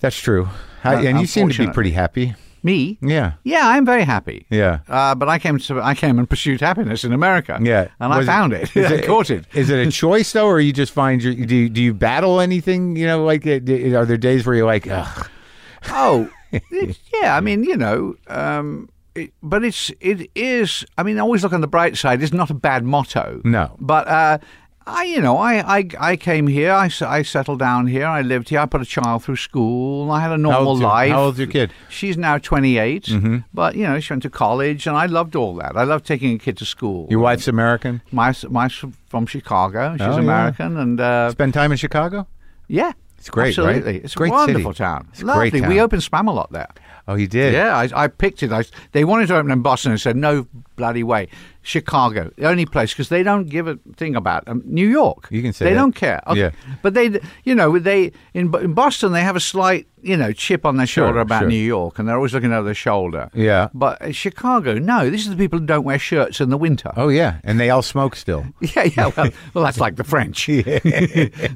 That's true, How-
Un-
and you seem to be
Uh, unfortunately.
pretty happy.
Me,
Yeah.
yeah, I'm very happy.
Yeah.
uh, but I came to I came and pursued happiness in America.
Yeah,
and
Was
I found it.
<laughs> is
<laughs> I caught it.
Is it a choice though, or you just find your do? you- Do you battle anything? You know, like uh, d- are there days where you're like, Ugh. <laughs>
Oh, it- yeah. I mean, you know, um, it, but it's it is. I mean, always look on the bright side. It's not a bad motto.
No.
but uh, I, you know, I, I I came here. I, s- I settled down here. I lived here. I put a child through school. I had a
How
normal
old's your-
life.
How old's your Mm-hmm. kid?
She's now 28, but you know she went to college, and I loved all that. I loved taking a kid to school.
Your wife's American.
my s- my s- from Chicago. She's
Oh, yeah.
American, and uh,
Spend time in Chicago.
yeah,
It's great, right?
Absolutely, it's a
Great city.
wonderful town.
It's a
Lovely.
great town.
We opened Spam a lot there.
Oh, you did.
Yeah, I, I picked it. I, they wanted to open in Boston and said, no bloody way. Chicago, the only place, because they don't give a thing about um, New York.
You can say
They
that.
don't care.
Yeah.
But they, you know, they in, Bo- in Boston, they have a slight, you know, chip on their shoulder about
sure.
New York, and they're always looking over their shoulder.
Yeah.
But uh, Chicago, no, these are the people who don't wear shirts in the winter.
Oh yeah, and they all smoke still.
<laughs> Yeah, yeah. Well, well, that's like the
<laughs>
French. <laughs>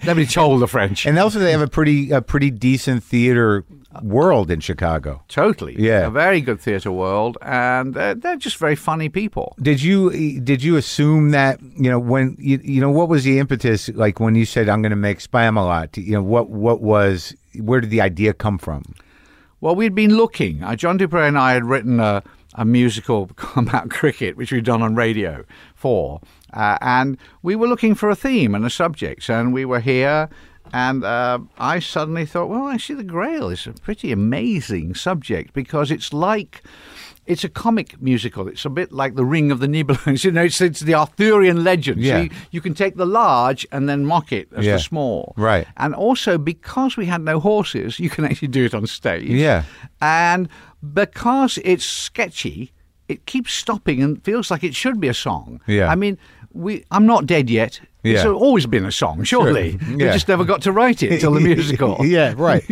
Nobody told the French.
And also, they have a pretty a pretty decent theater world in Chicago.
Totally.
Yeah.
A very good theatre world, and they're, they're just very funny people.
Did you did you assume that you know when you you know what was the impetus like when you said I'm going to make spam a lot? You know what what was where did the idea come from?
Well, we'd been looking. Uh, John Dupre and I had written a, a musical <laughs> about cricket, which we'd done on Radio 4. Uh, and we were looking for a theme and a subject. And we were here, and uh, I suddenly thought, well, actually, the Grail is a pretty amazing subject because it's like. It's a comic musical. It's a bit like the Ring of the Nibelungs. <laughs> You know, it's, it's the Arthurian legend. So
Yeah.
you, you can take the large and then mock it as
Yeah.
the small.
Right.
And also, because we had no horses, you can actually do it on stage.
Yeah.
And because it's sketchy, it keeps stopping and feels like it should be a song.
Yeah.
I mean, we I'm not dead yet. It's
Yeah.
always been a song,
<laughs>
surely. We
Yeah.
just never got to write it till the musical.
<laughs> yeah,
<laughs>
right.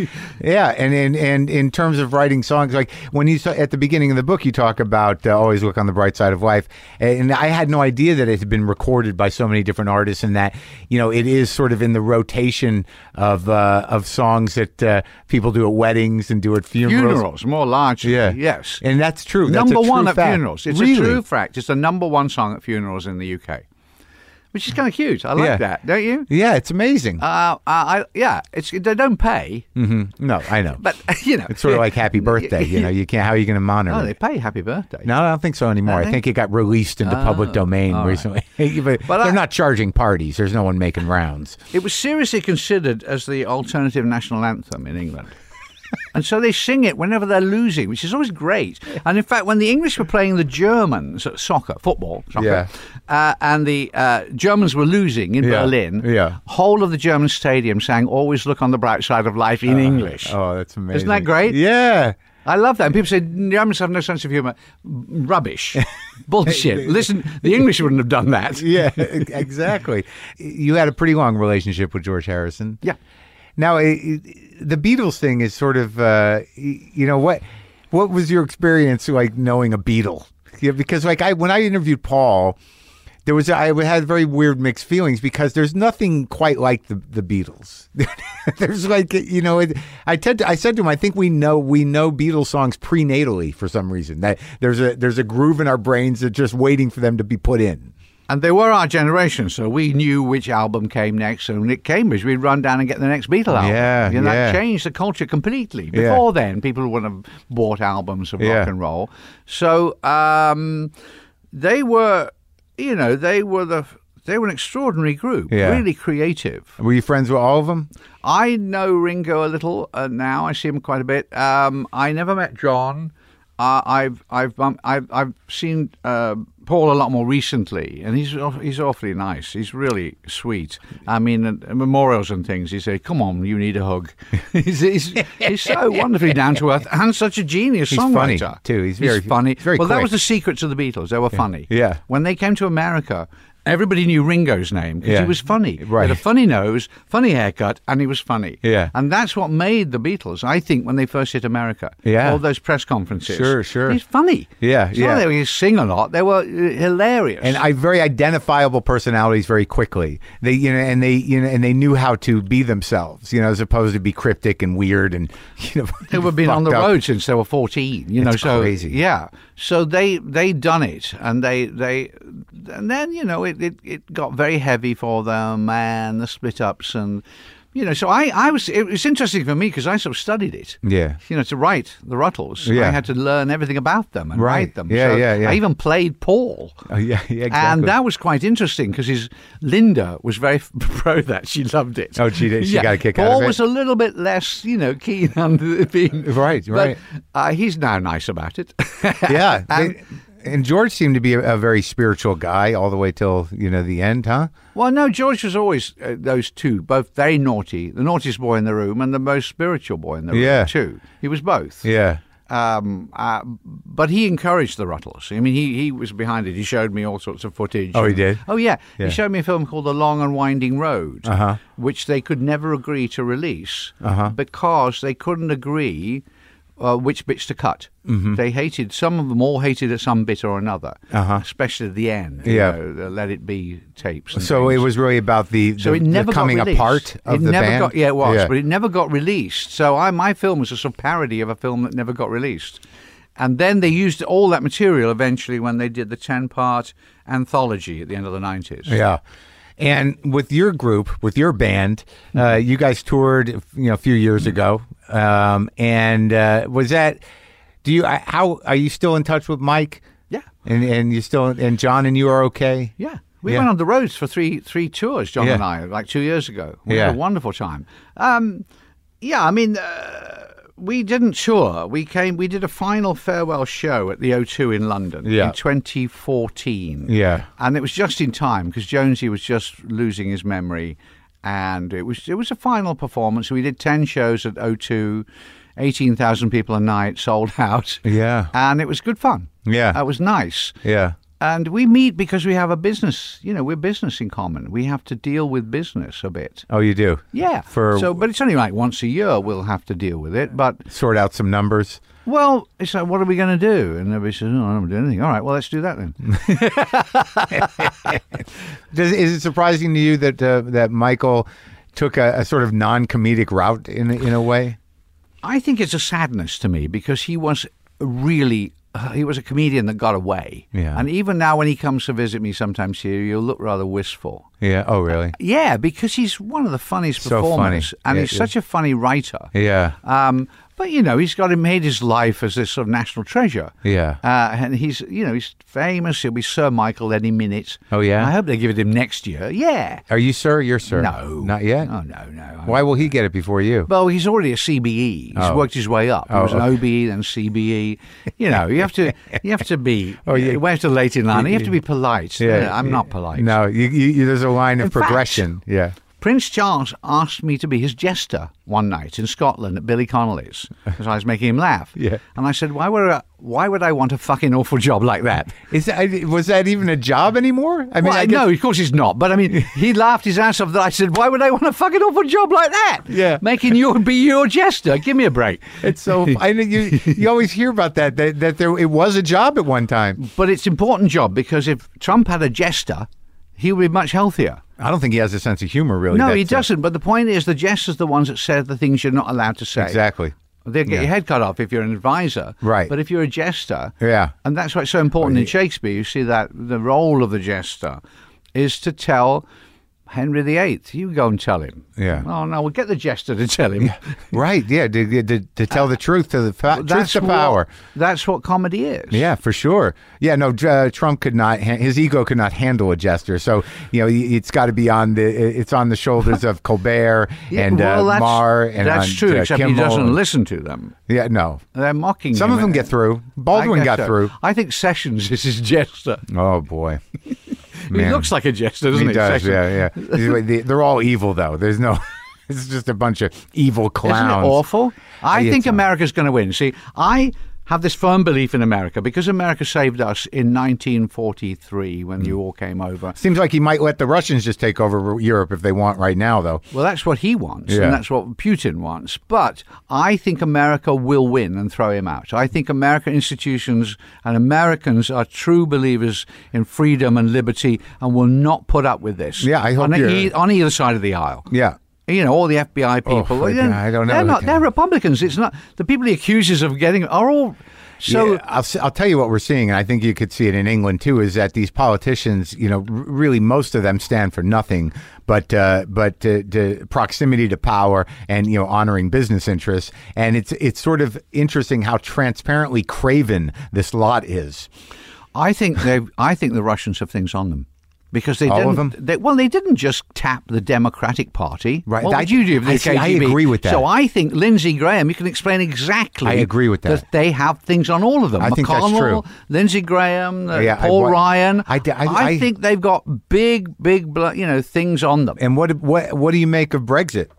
Yeah, and in and in terms of writing songs, like when you saw, at the beginning of the book, you talk about uh, always look on the bright side of life, and I had no idea that it had been recorded by so many different artists, and that you know it is sort of in the rotation of uh, of songs that uh, people do at weddings and do at funerals.
Funerals, more largely.
Yeah.
Yes.
and that's true. That's
number
a true
one at
fact.
funerals. It's
Really?
a true fact. It's the number one song at funerals in the UK, which is kind of cute. I like
Yeah.
that, don't you?
Yeah, it's amazing.
Uh, I, I- yeah, it's they don't pay,
Mm-hmm. no, I know.
but <laughs> you know,
Mm. it's sort of like
<laughs>
Happy Birthday. You know, you can't. How are you going to monitor?
no,
it?
they pay Happy Birthday.
No, I don't think so anymore. I
they?
think it got released into public domain recently. Oh, <laughs> but
But
they're
I-
not charging parties. There's no one making rounds.
It was seriously considered as the alternative national anthem in England. And so they sing it whenever they're losing, which is always great. And in fact, when the English were playing the Germans at soccer, football, soccer, uh, and the uh, Germans were losing in
Yeah,
Berlin,
yeah.
whole of the German stadium sang "Always Look on the Bright Side of Life" in English.
Uh, Oh, that's amazing.
Isn't that great?
Yeah.
I love that. And people say the Americans have no sense of humor.
<laughs>
Rubbish, bullshit. Listen, the English wouldn't have done that.
yeah, <laughs> exactly. You had a pretty long relationship with George Harrison.
Yeah.
Now, it, it- the Beatles thing is sort of, uh, y- you know, what what was your experience like knowing a Beatle? Yeah, because like I when I interviewed Paul, there was I had very weird mixed feelings because there's nothing quite like the the Beatles. <laughs> there's like you know, it, I tend to, I said to him, I think we know we know Beatles songs prenatally for some reason. That there's a there's a groove in our brains that's just waiting for them to be put in.
And they were our generation, so we knew which album came next. And when it came, is we'd run down and get the next Beatle album.
Yeah,
and
yeah.
that changed the culture completely.
Yeah.
Before then, people wouldn't have bought albums of
Yeah.
rock and roll. So um, they were, you know, they were the they were an extraordinary group,
Yeah.
really creative.
Were you friends with all of them?
I know Ringo a little uh, now. I see him quite a bit. Um, I never met John. Uh, I've I've, um, I've I've seen uh, Paul a lot more recently, and he's aw- he's awfully nice. He's really sweet. I mean, at memorials and things. He said, "Come on, you need a hug." <laughs> he's, he's, he's
<laughs>
so wonderfully down to earth and such a genius
He's funny,
songwriter
too. He's very-
funny.
very
well, that was
quick.
the secret to the Beatles. They were funny.
Yeah.
When they came to America, everybody knew Ringo's name because
Yeah.
he was funny.
Right.
He had a funny nose, funny haircut, and he was funny.
Yeah.
And that's what made the Beatles, I think, when they first hit America.
Yeah.
All those press conferences.
Sure, sure.
He's funny.
Yeah,
It's
yeah.
Not that he sing a lot. They were uh, hilarious.
and I very identifiable personalities very quickly. They you know and they you know and they knew how to be themselves, you know, as opposed to be cryptic and weird and <laughs> you know
they were been on the
fucked up.
road since they were 14 you know
It's
so
crazy.
yeah so they they done it and they they and then you know it, it it got very heavy for them and the split ups and you know so i i was it was interesting for me because i sort of studied it
Yeah.
you know to write the ruttles
Yeah.
i had to learn everything about them and
Right.
write them
Yeah,
So
yeah, yeah.
i even played paul
Oh, yeah, <laughs>
and
yeah, exactly.
that was quite interesting because his Linda was very <laughs> f- pro that she loved it.
Oh, she did- she got a kick out
Paul
of it.
was a little bit less, you know, keen on <laughs> the- being
Right,
but,
right.
uh, he's now nice about it. <laughs>
Yeah. they- and George seemed to be a, a very spiritual guy all the way till, you know, the end, huh?
well, no, George was always uh, those two, both very naughty, the naughtiest boy in the room and the most spiritual boy in the room.
Yeah.
too. He was both.
Yeah.
Um, uh, but he encouraged the Ruttles. I mean, he, he was behind it. He showed me all sorts of footage.
Oh, he
And-
did?
Oh, yeah.
Yeah. Uh-huh.
He showed me a film called The Long and Winding Road, uh which they could never agree to release because they couldn't agree uh, which bits to cut.
Mm-hmm.
They hated, some of them all hated at some bit or another, uh especially at the end. you
Uh-huh. Yeah.
know, the Let It Be tapes. and
So it
things.
was really about the, the,
So it
the
never
coming
got released.
apart of
it
the
never
band.
Got, yeah, it was, but it never got released. So I, my film was a sort of parody of a film that never got released. And then they used all that material eventually when they did the ten-part anthology at the end of the nineties.
Yeah. And with your group, with your band, uh,
Mm-hmm.
you guys toured, you know, a few years ago. Um, and uh, was that? Do you? I- How are you still in touch with Mike?
Yeah.
And and you still and John and you are okay.
Yeah. We
Yeah.
went on the roads for three three tours, John
Yeah.
and I, like two years ago. We
Yeah.
had a wonderful time. Um, yeah, I mean, uh, we didn't tour. We came. We did a final farewell show at the O2 in London
Yeah.
in 2014.
Yeah.
and it was just in time because Jonesy was just losing his memory, and it was it was a final performance. We did ten shows at O2. 18,000 people a night <laughs> sold out.
Yeah.
And it was good fun.
Yeah.
It was nice.
Yeah.
And we meet because we have a business. You know, we're business in common. We have to deal with business a bit.
Oh, you do.
Yeah.
For
so, but it's only like once a year we'll have to deal with it. But
sort out some numbers.
well, it's like, what are we going to do? And everybody says, oh, I don't do anything. All right, well, let's do that then.
Does, is it surprising to you that uh, that Michael took a, a sort of non-comedic route in a- in a way?
I think it's a sadness to me because he was really. uh, He was a comedian that got away.
Yeah.
And even now, when he comes to visit me sometimes here, you'll look rather wistful.
Yeah. Oh, really?
Yeah, because he's one of the funniest
So funny.
performers. And
Yeah,
he's
yeah.
such a funny writer.
Yeah.
Um, but you know, he's got he made his life as this sort of national treasure.
Yeah.
uh, and he's you know he's famous. He'll be Sir Michael any minute.
Oh, yeah?
I hope they give it him next year. Yeah.
Are you sir? You're sir.
No,
Not yet.
Oh no, no.
Why will he get it before you?
Well, he's already a CBE. He's
Oh.
worked his way up. He was an OBE, then CBE. You know, you have to you have to
<laughs>
be. Oh
yeah.
We have to late in line. You have to be polite.
Yeah.
I'm not polite.
No, you, you, you, there's a line of
fact-
progression. yeah.
Prince Charles asked me to be his jester one night in Scotland at Billy Connolly's because I was making him laugh.
<laughs> Yeah.
And I said, why would I, why would I want a fucking awful job like that?
Is that, was that even a job anymore? I mean,
well,
I guess-
no, of course he's not. But I mean,
<laughs>
he laughed his ass off that I said, "Why would I want a fucking awful job like that?
Yeah.
making you be your jester. Give me a break."
<laughs> It's so I know you you always hear about that that that there it was a job at one time.
But it's important job because if Trump had a jester, he would be much healthier.
I don't think he has a sense of humor really.
No,
That's uh,
he
it.
doesn't. But the point is, the jester's the ones that say the things you're not allowed to say.
Exactly.
They'll get your head cut off if you're an advisor.
Right.
But if you're a jester.
Yeah.
And that's why it's so important in Shakespeare. You see that the role of the jester is to tell Henry VIII, you go and tell him.
Yeah.
Oh, no, we'll get the jester to tell him.
Right. Yeah, to, to, to tell the truth to the fa- truth to
what-
power.
That's what comedy is.
Yeah, for sure. Yeah, no, Dr- uh, Trump could not. ha- His ego could not handle a jester. So you know, y- it's got to be on the. It's on the shoulders of Colbert
<laughs> Yeah,
and
well,
uh,
that's,
Marr and
that's
on,
true,
uh,
except he
Kimmel
doesn't
and-
listen to them.
Yeah, no.
They're mocking
Some
him.
of them get through. Baldwin
I guess
got
so.
through.
I think Sessions is his jester.
Oh boy,
He
Man.
looks like a jester, doesn't he?
does,
Sessions.
yeah, yeah. He's like- they- They're all evil, though. There's no. <laughs> It's just a bunch of evil
Isn't
clowns.
it awful? I
Yeah,
think
it's-
America's going to win. See, I have this firm belief in America because America saved us in 1943 when
Hmm.
you all came over.
Seems like he might let the Russians just take over Europe if they want right now, though.
Well, that's what he wants,
Yeah.
and that's what Putin wants. But I think America will win and throw him out. I think American institutions and Americans are true believers in freedom and liberty and will not put up with this.
Yeah, I hope
on,
you're-
e- on either side of the aisle.
Yeah.
You know, all the FBI people.
I-
you know,
Oh, I don't know.
They're not. They're Republicans. It's not the people he accuses of getting are all. So
Yeah, I'll, s- I'll tell you what we're seeing, and I think you could see it in England too, is that these politicians, you know, r- really most of them stand for nothing but uh, but to, to proximity to power and you know honoring business interests, and it's it's sort of interesting how transparently craven this lot is.
I think they. I think the Russians have things on them. Because they
All
didn't.
of them?
They, well, they didn't just tap the Democratic Party.
Right,
What
I-
would you do if
I
the
see, I
KGB?
agree with that.
So I think Lindsey Graham. You can explain exactly.
I agree with that.
they have things on all of them.
I think that's
McConnell,
true.
Lindsey Graham, uh,
Yeah, I
Paul
wa-
Ryan.
I d- I- I-
think they've got big, big, blo- you know, things on them.
And what what what do you make of Brexit?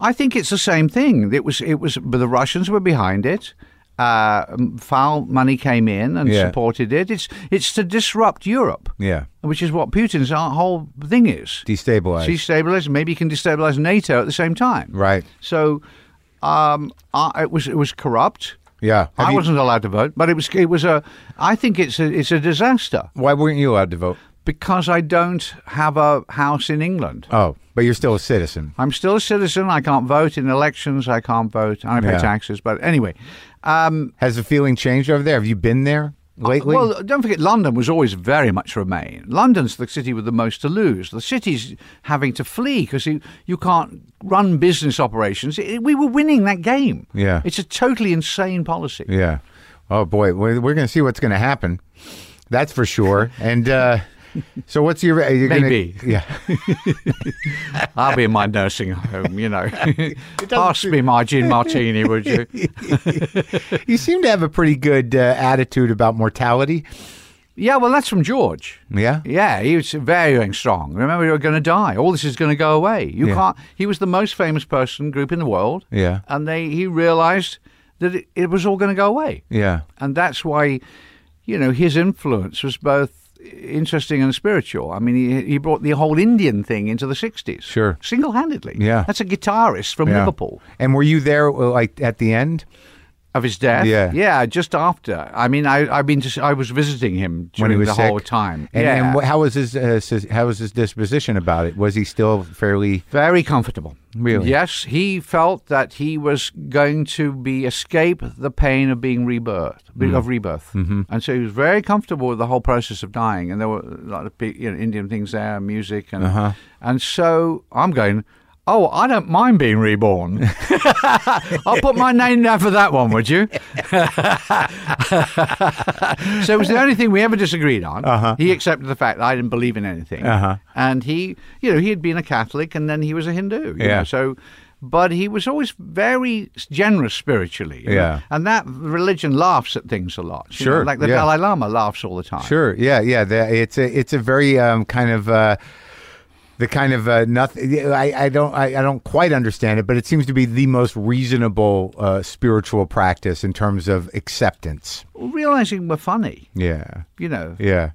I think it's the same thing. It was. It was. But the Russians were behind it. Uh, m- foul money came in and
Yeah.
supported it. It's. It's to disrupt Europe.
Yeah.
Which is what Putin's a- whole thing is.
Destabilized.
Destabilize. Maybe he can destabilize NATO at the same time.
Right.
So, um, I, it was. It was corrupt.
Yeah. Have
I
you-
wasn't allowed to vote, but it was. It was a. I think it's a. It's a disaster
Why weren't you allowed to vote?
because I don't have a house in England.
Oh, but you're still a citizen.
I'm still a citizen. I can't vote in elections. I can't vote. and I pay
Yeah.
taxes. But anyway, um,
Has the feeling changed over there? Have you been there Uh, lately?
well, don't forget, London was always very much Remain. London's the city with the most to lose. The city's having to flee because you, you can't run business operations. It- we were winning that game.
Yeah.
It's a totally insane policy.
Yeah. Oh boy, we're, we're going to see what's going to happen. That's for sure.
<laughs>
And uh, so, what's your are you gonna-
Maybe.
yeah.
<laughs> I'll be in my nursing home, you
<laughs>
know. Pass me my gin martini, would you?
You seem to have a pretty good uh, attitude about mortality.
Yeah, well, that's from George.
Yeah.
Yeah, he was very, very strong. Remember, you're going to die. All this is going to go away. You
Yeah.
can't. He was the most famous person group in the world.
Yeah.
and they he realized that it, it was all going to go away,
Yeah.
and that's why, you know, his influence was both interesting and spiritual. I mean, he he brought the whole Indian thing into the '60s,
Sure.
single-handedly.
Yeah.
that's a guitarist from
Yeah.
Liverpool
And were you there well, like at the end
of his death.
Yeah.
yeah, just after. I mean, I I've been to, I was visiting him during
when he was
the
sick?
whole time.
And,
yeah.
and wh- how was his uh, sis- how was his disposition about it? Was he still fairly?
Very comfortable.
Really?
Yes, he felt that he was going to be escape the pain of being rebirth, of rebirth, mm-hmm. and so he was very comfortable with the whole process of dying. And there were a lot of big, you know, Indian things there, music, and and so I'm going. Oh, I don't mind being <laughs> reborn. I'll put my name down for that one, would <laughs> you? so it was the only thing we ever disagreed on. He accepted the fact that I didn't believe in anything, and he, you know, he had been a Catholic and then he was a Hindu. you
Yeah.
know, so, but he was always very generous spiritually. you know,
Yeah.
and that religion laughs at things a lot. you know,
Sure,
like the
yeah.
Dalai Lama laughs all the time.
Sure. Yeah. Yeah. The, it's a it's a very um, kind of. Uh, the kind of uh, nothing. I, I don't I, I don't quite understand it, but it seems to be the most reasonable uh, spiritual practice in terms of acceptance.
Realizing we're funny,
Yeah,
you know,
yeah,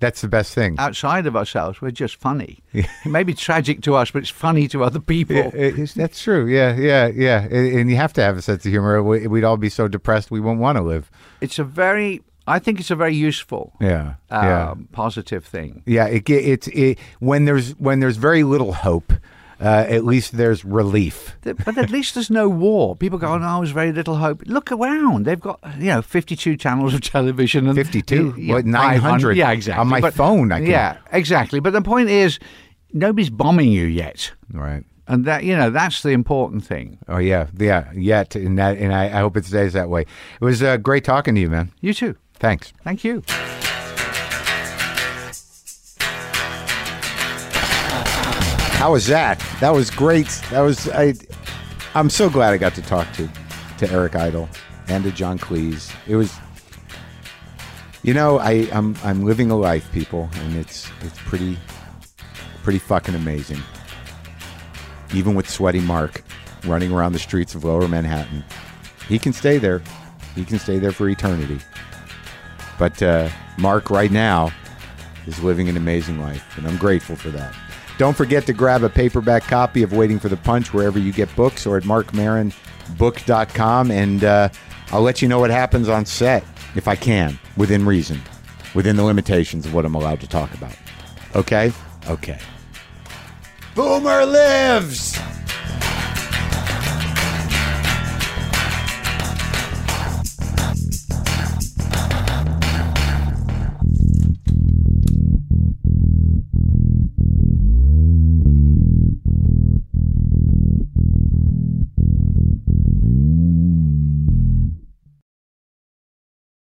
that's the best thing.
outside of ourselves, we're just funny. it may be tragic to us, but it's funny to other people.
It- it's- that's true. Yeah, yeah, yeah. And and you have to have a sense of humor. We- We'd all be so depressed we wouldn't want to live.
It's a very, I think it's a very useful,
Yeah,
um,
yeah.
positive thing.
Yeah, it, ge- it's it, when there's when there's very little hope, uh, at least there's relief.
Th- But at least there's no war. People go, "Oh, "No, there's very little hope." Look around; they've got you know 52 channels of <laughs> television and
52?
Yeah,
What, 900?
Yeah, exactly.
On my phone, I can-
Yeah, exactly. But the point is, nobody's bombing you yet,
Right.
and that you know that's the important thing.
Oh yeah, yeah. Yet, and that, and I, I hope it stays that way. It was uh, great talking to you, man.
You too.
Thanks.
Thank you.
How was that? That was great. That was I. I'm so glad I got to talk to to Eric Idle and to John Cleese. It was. You know, I I'm I'm living a life, people, and it's it's pretty pretty fucking amazing. Even with sweaty Mark running around the streets of Lower Manhattan, he can stay there. He can stay there for eternity. But uh, Mark, right now, is living an amazing life, and I'm grateful for that. Don't forget to grab a paperback copy of Waiting for the Punch wherever you get books or at markmarinbook.com, and uh, I'll let you know what happens on set if I can, within reason, within the limitations of what I'm allowed to talk about. Okay? Okay. Boomer lives!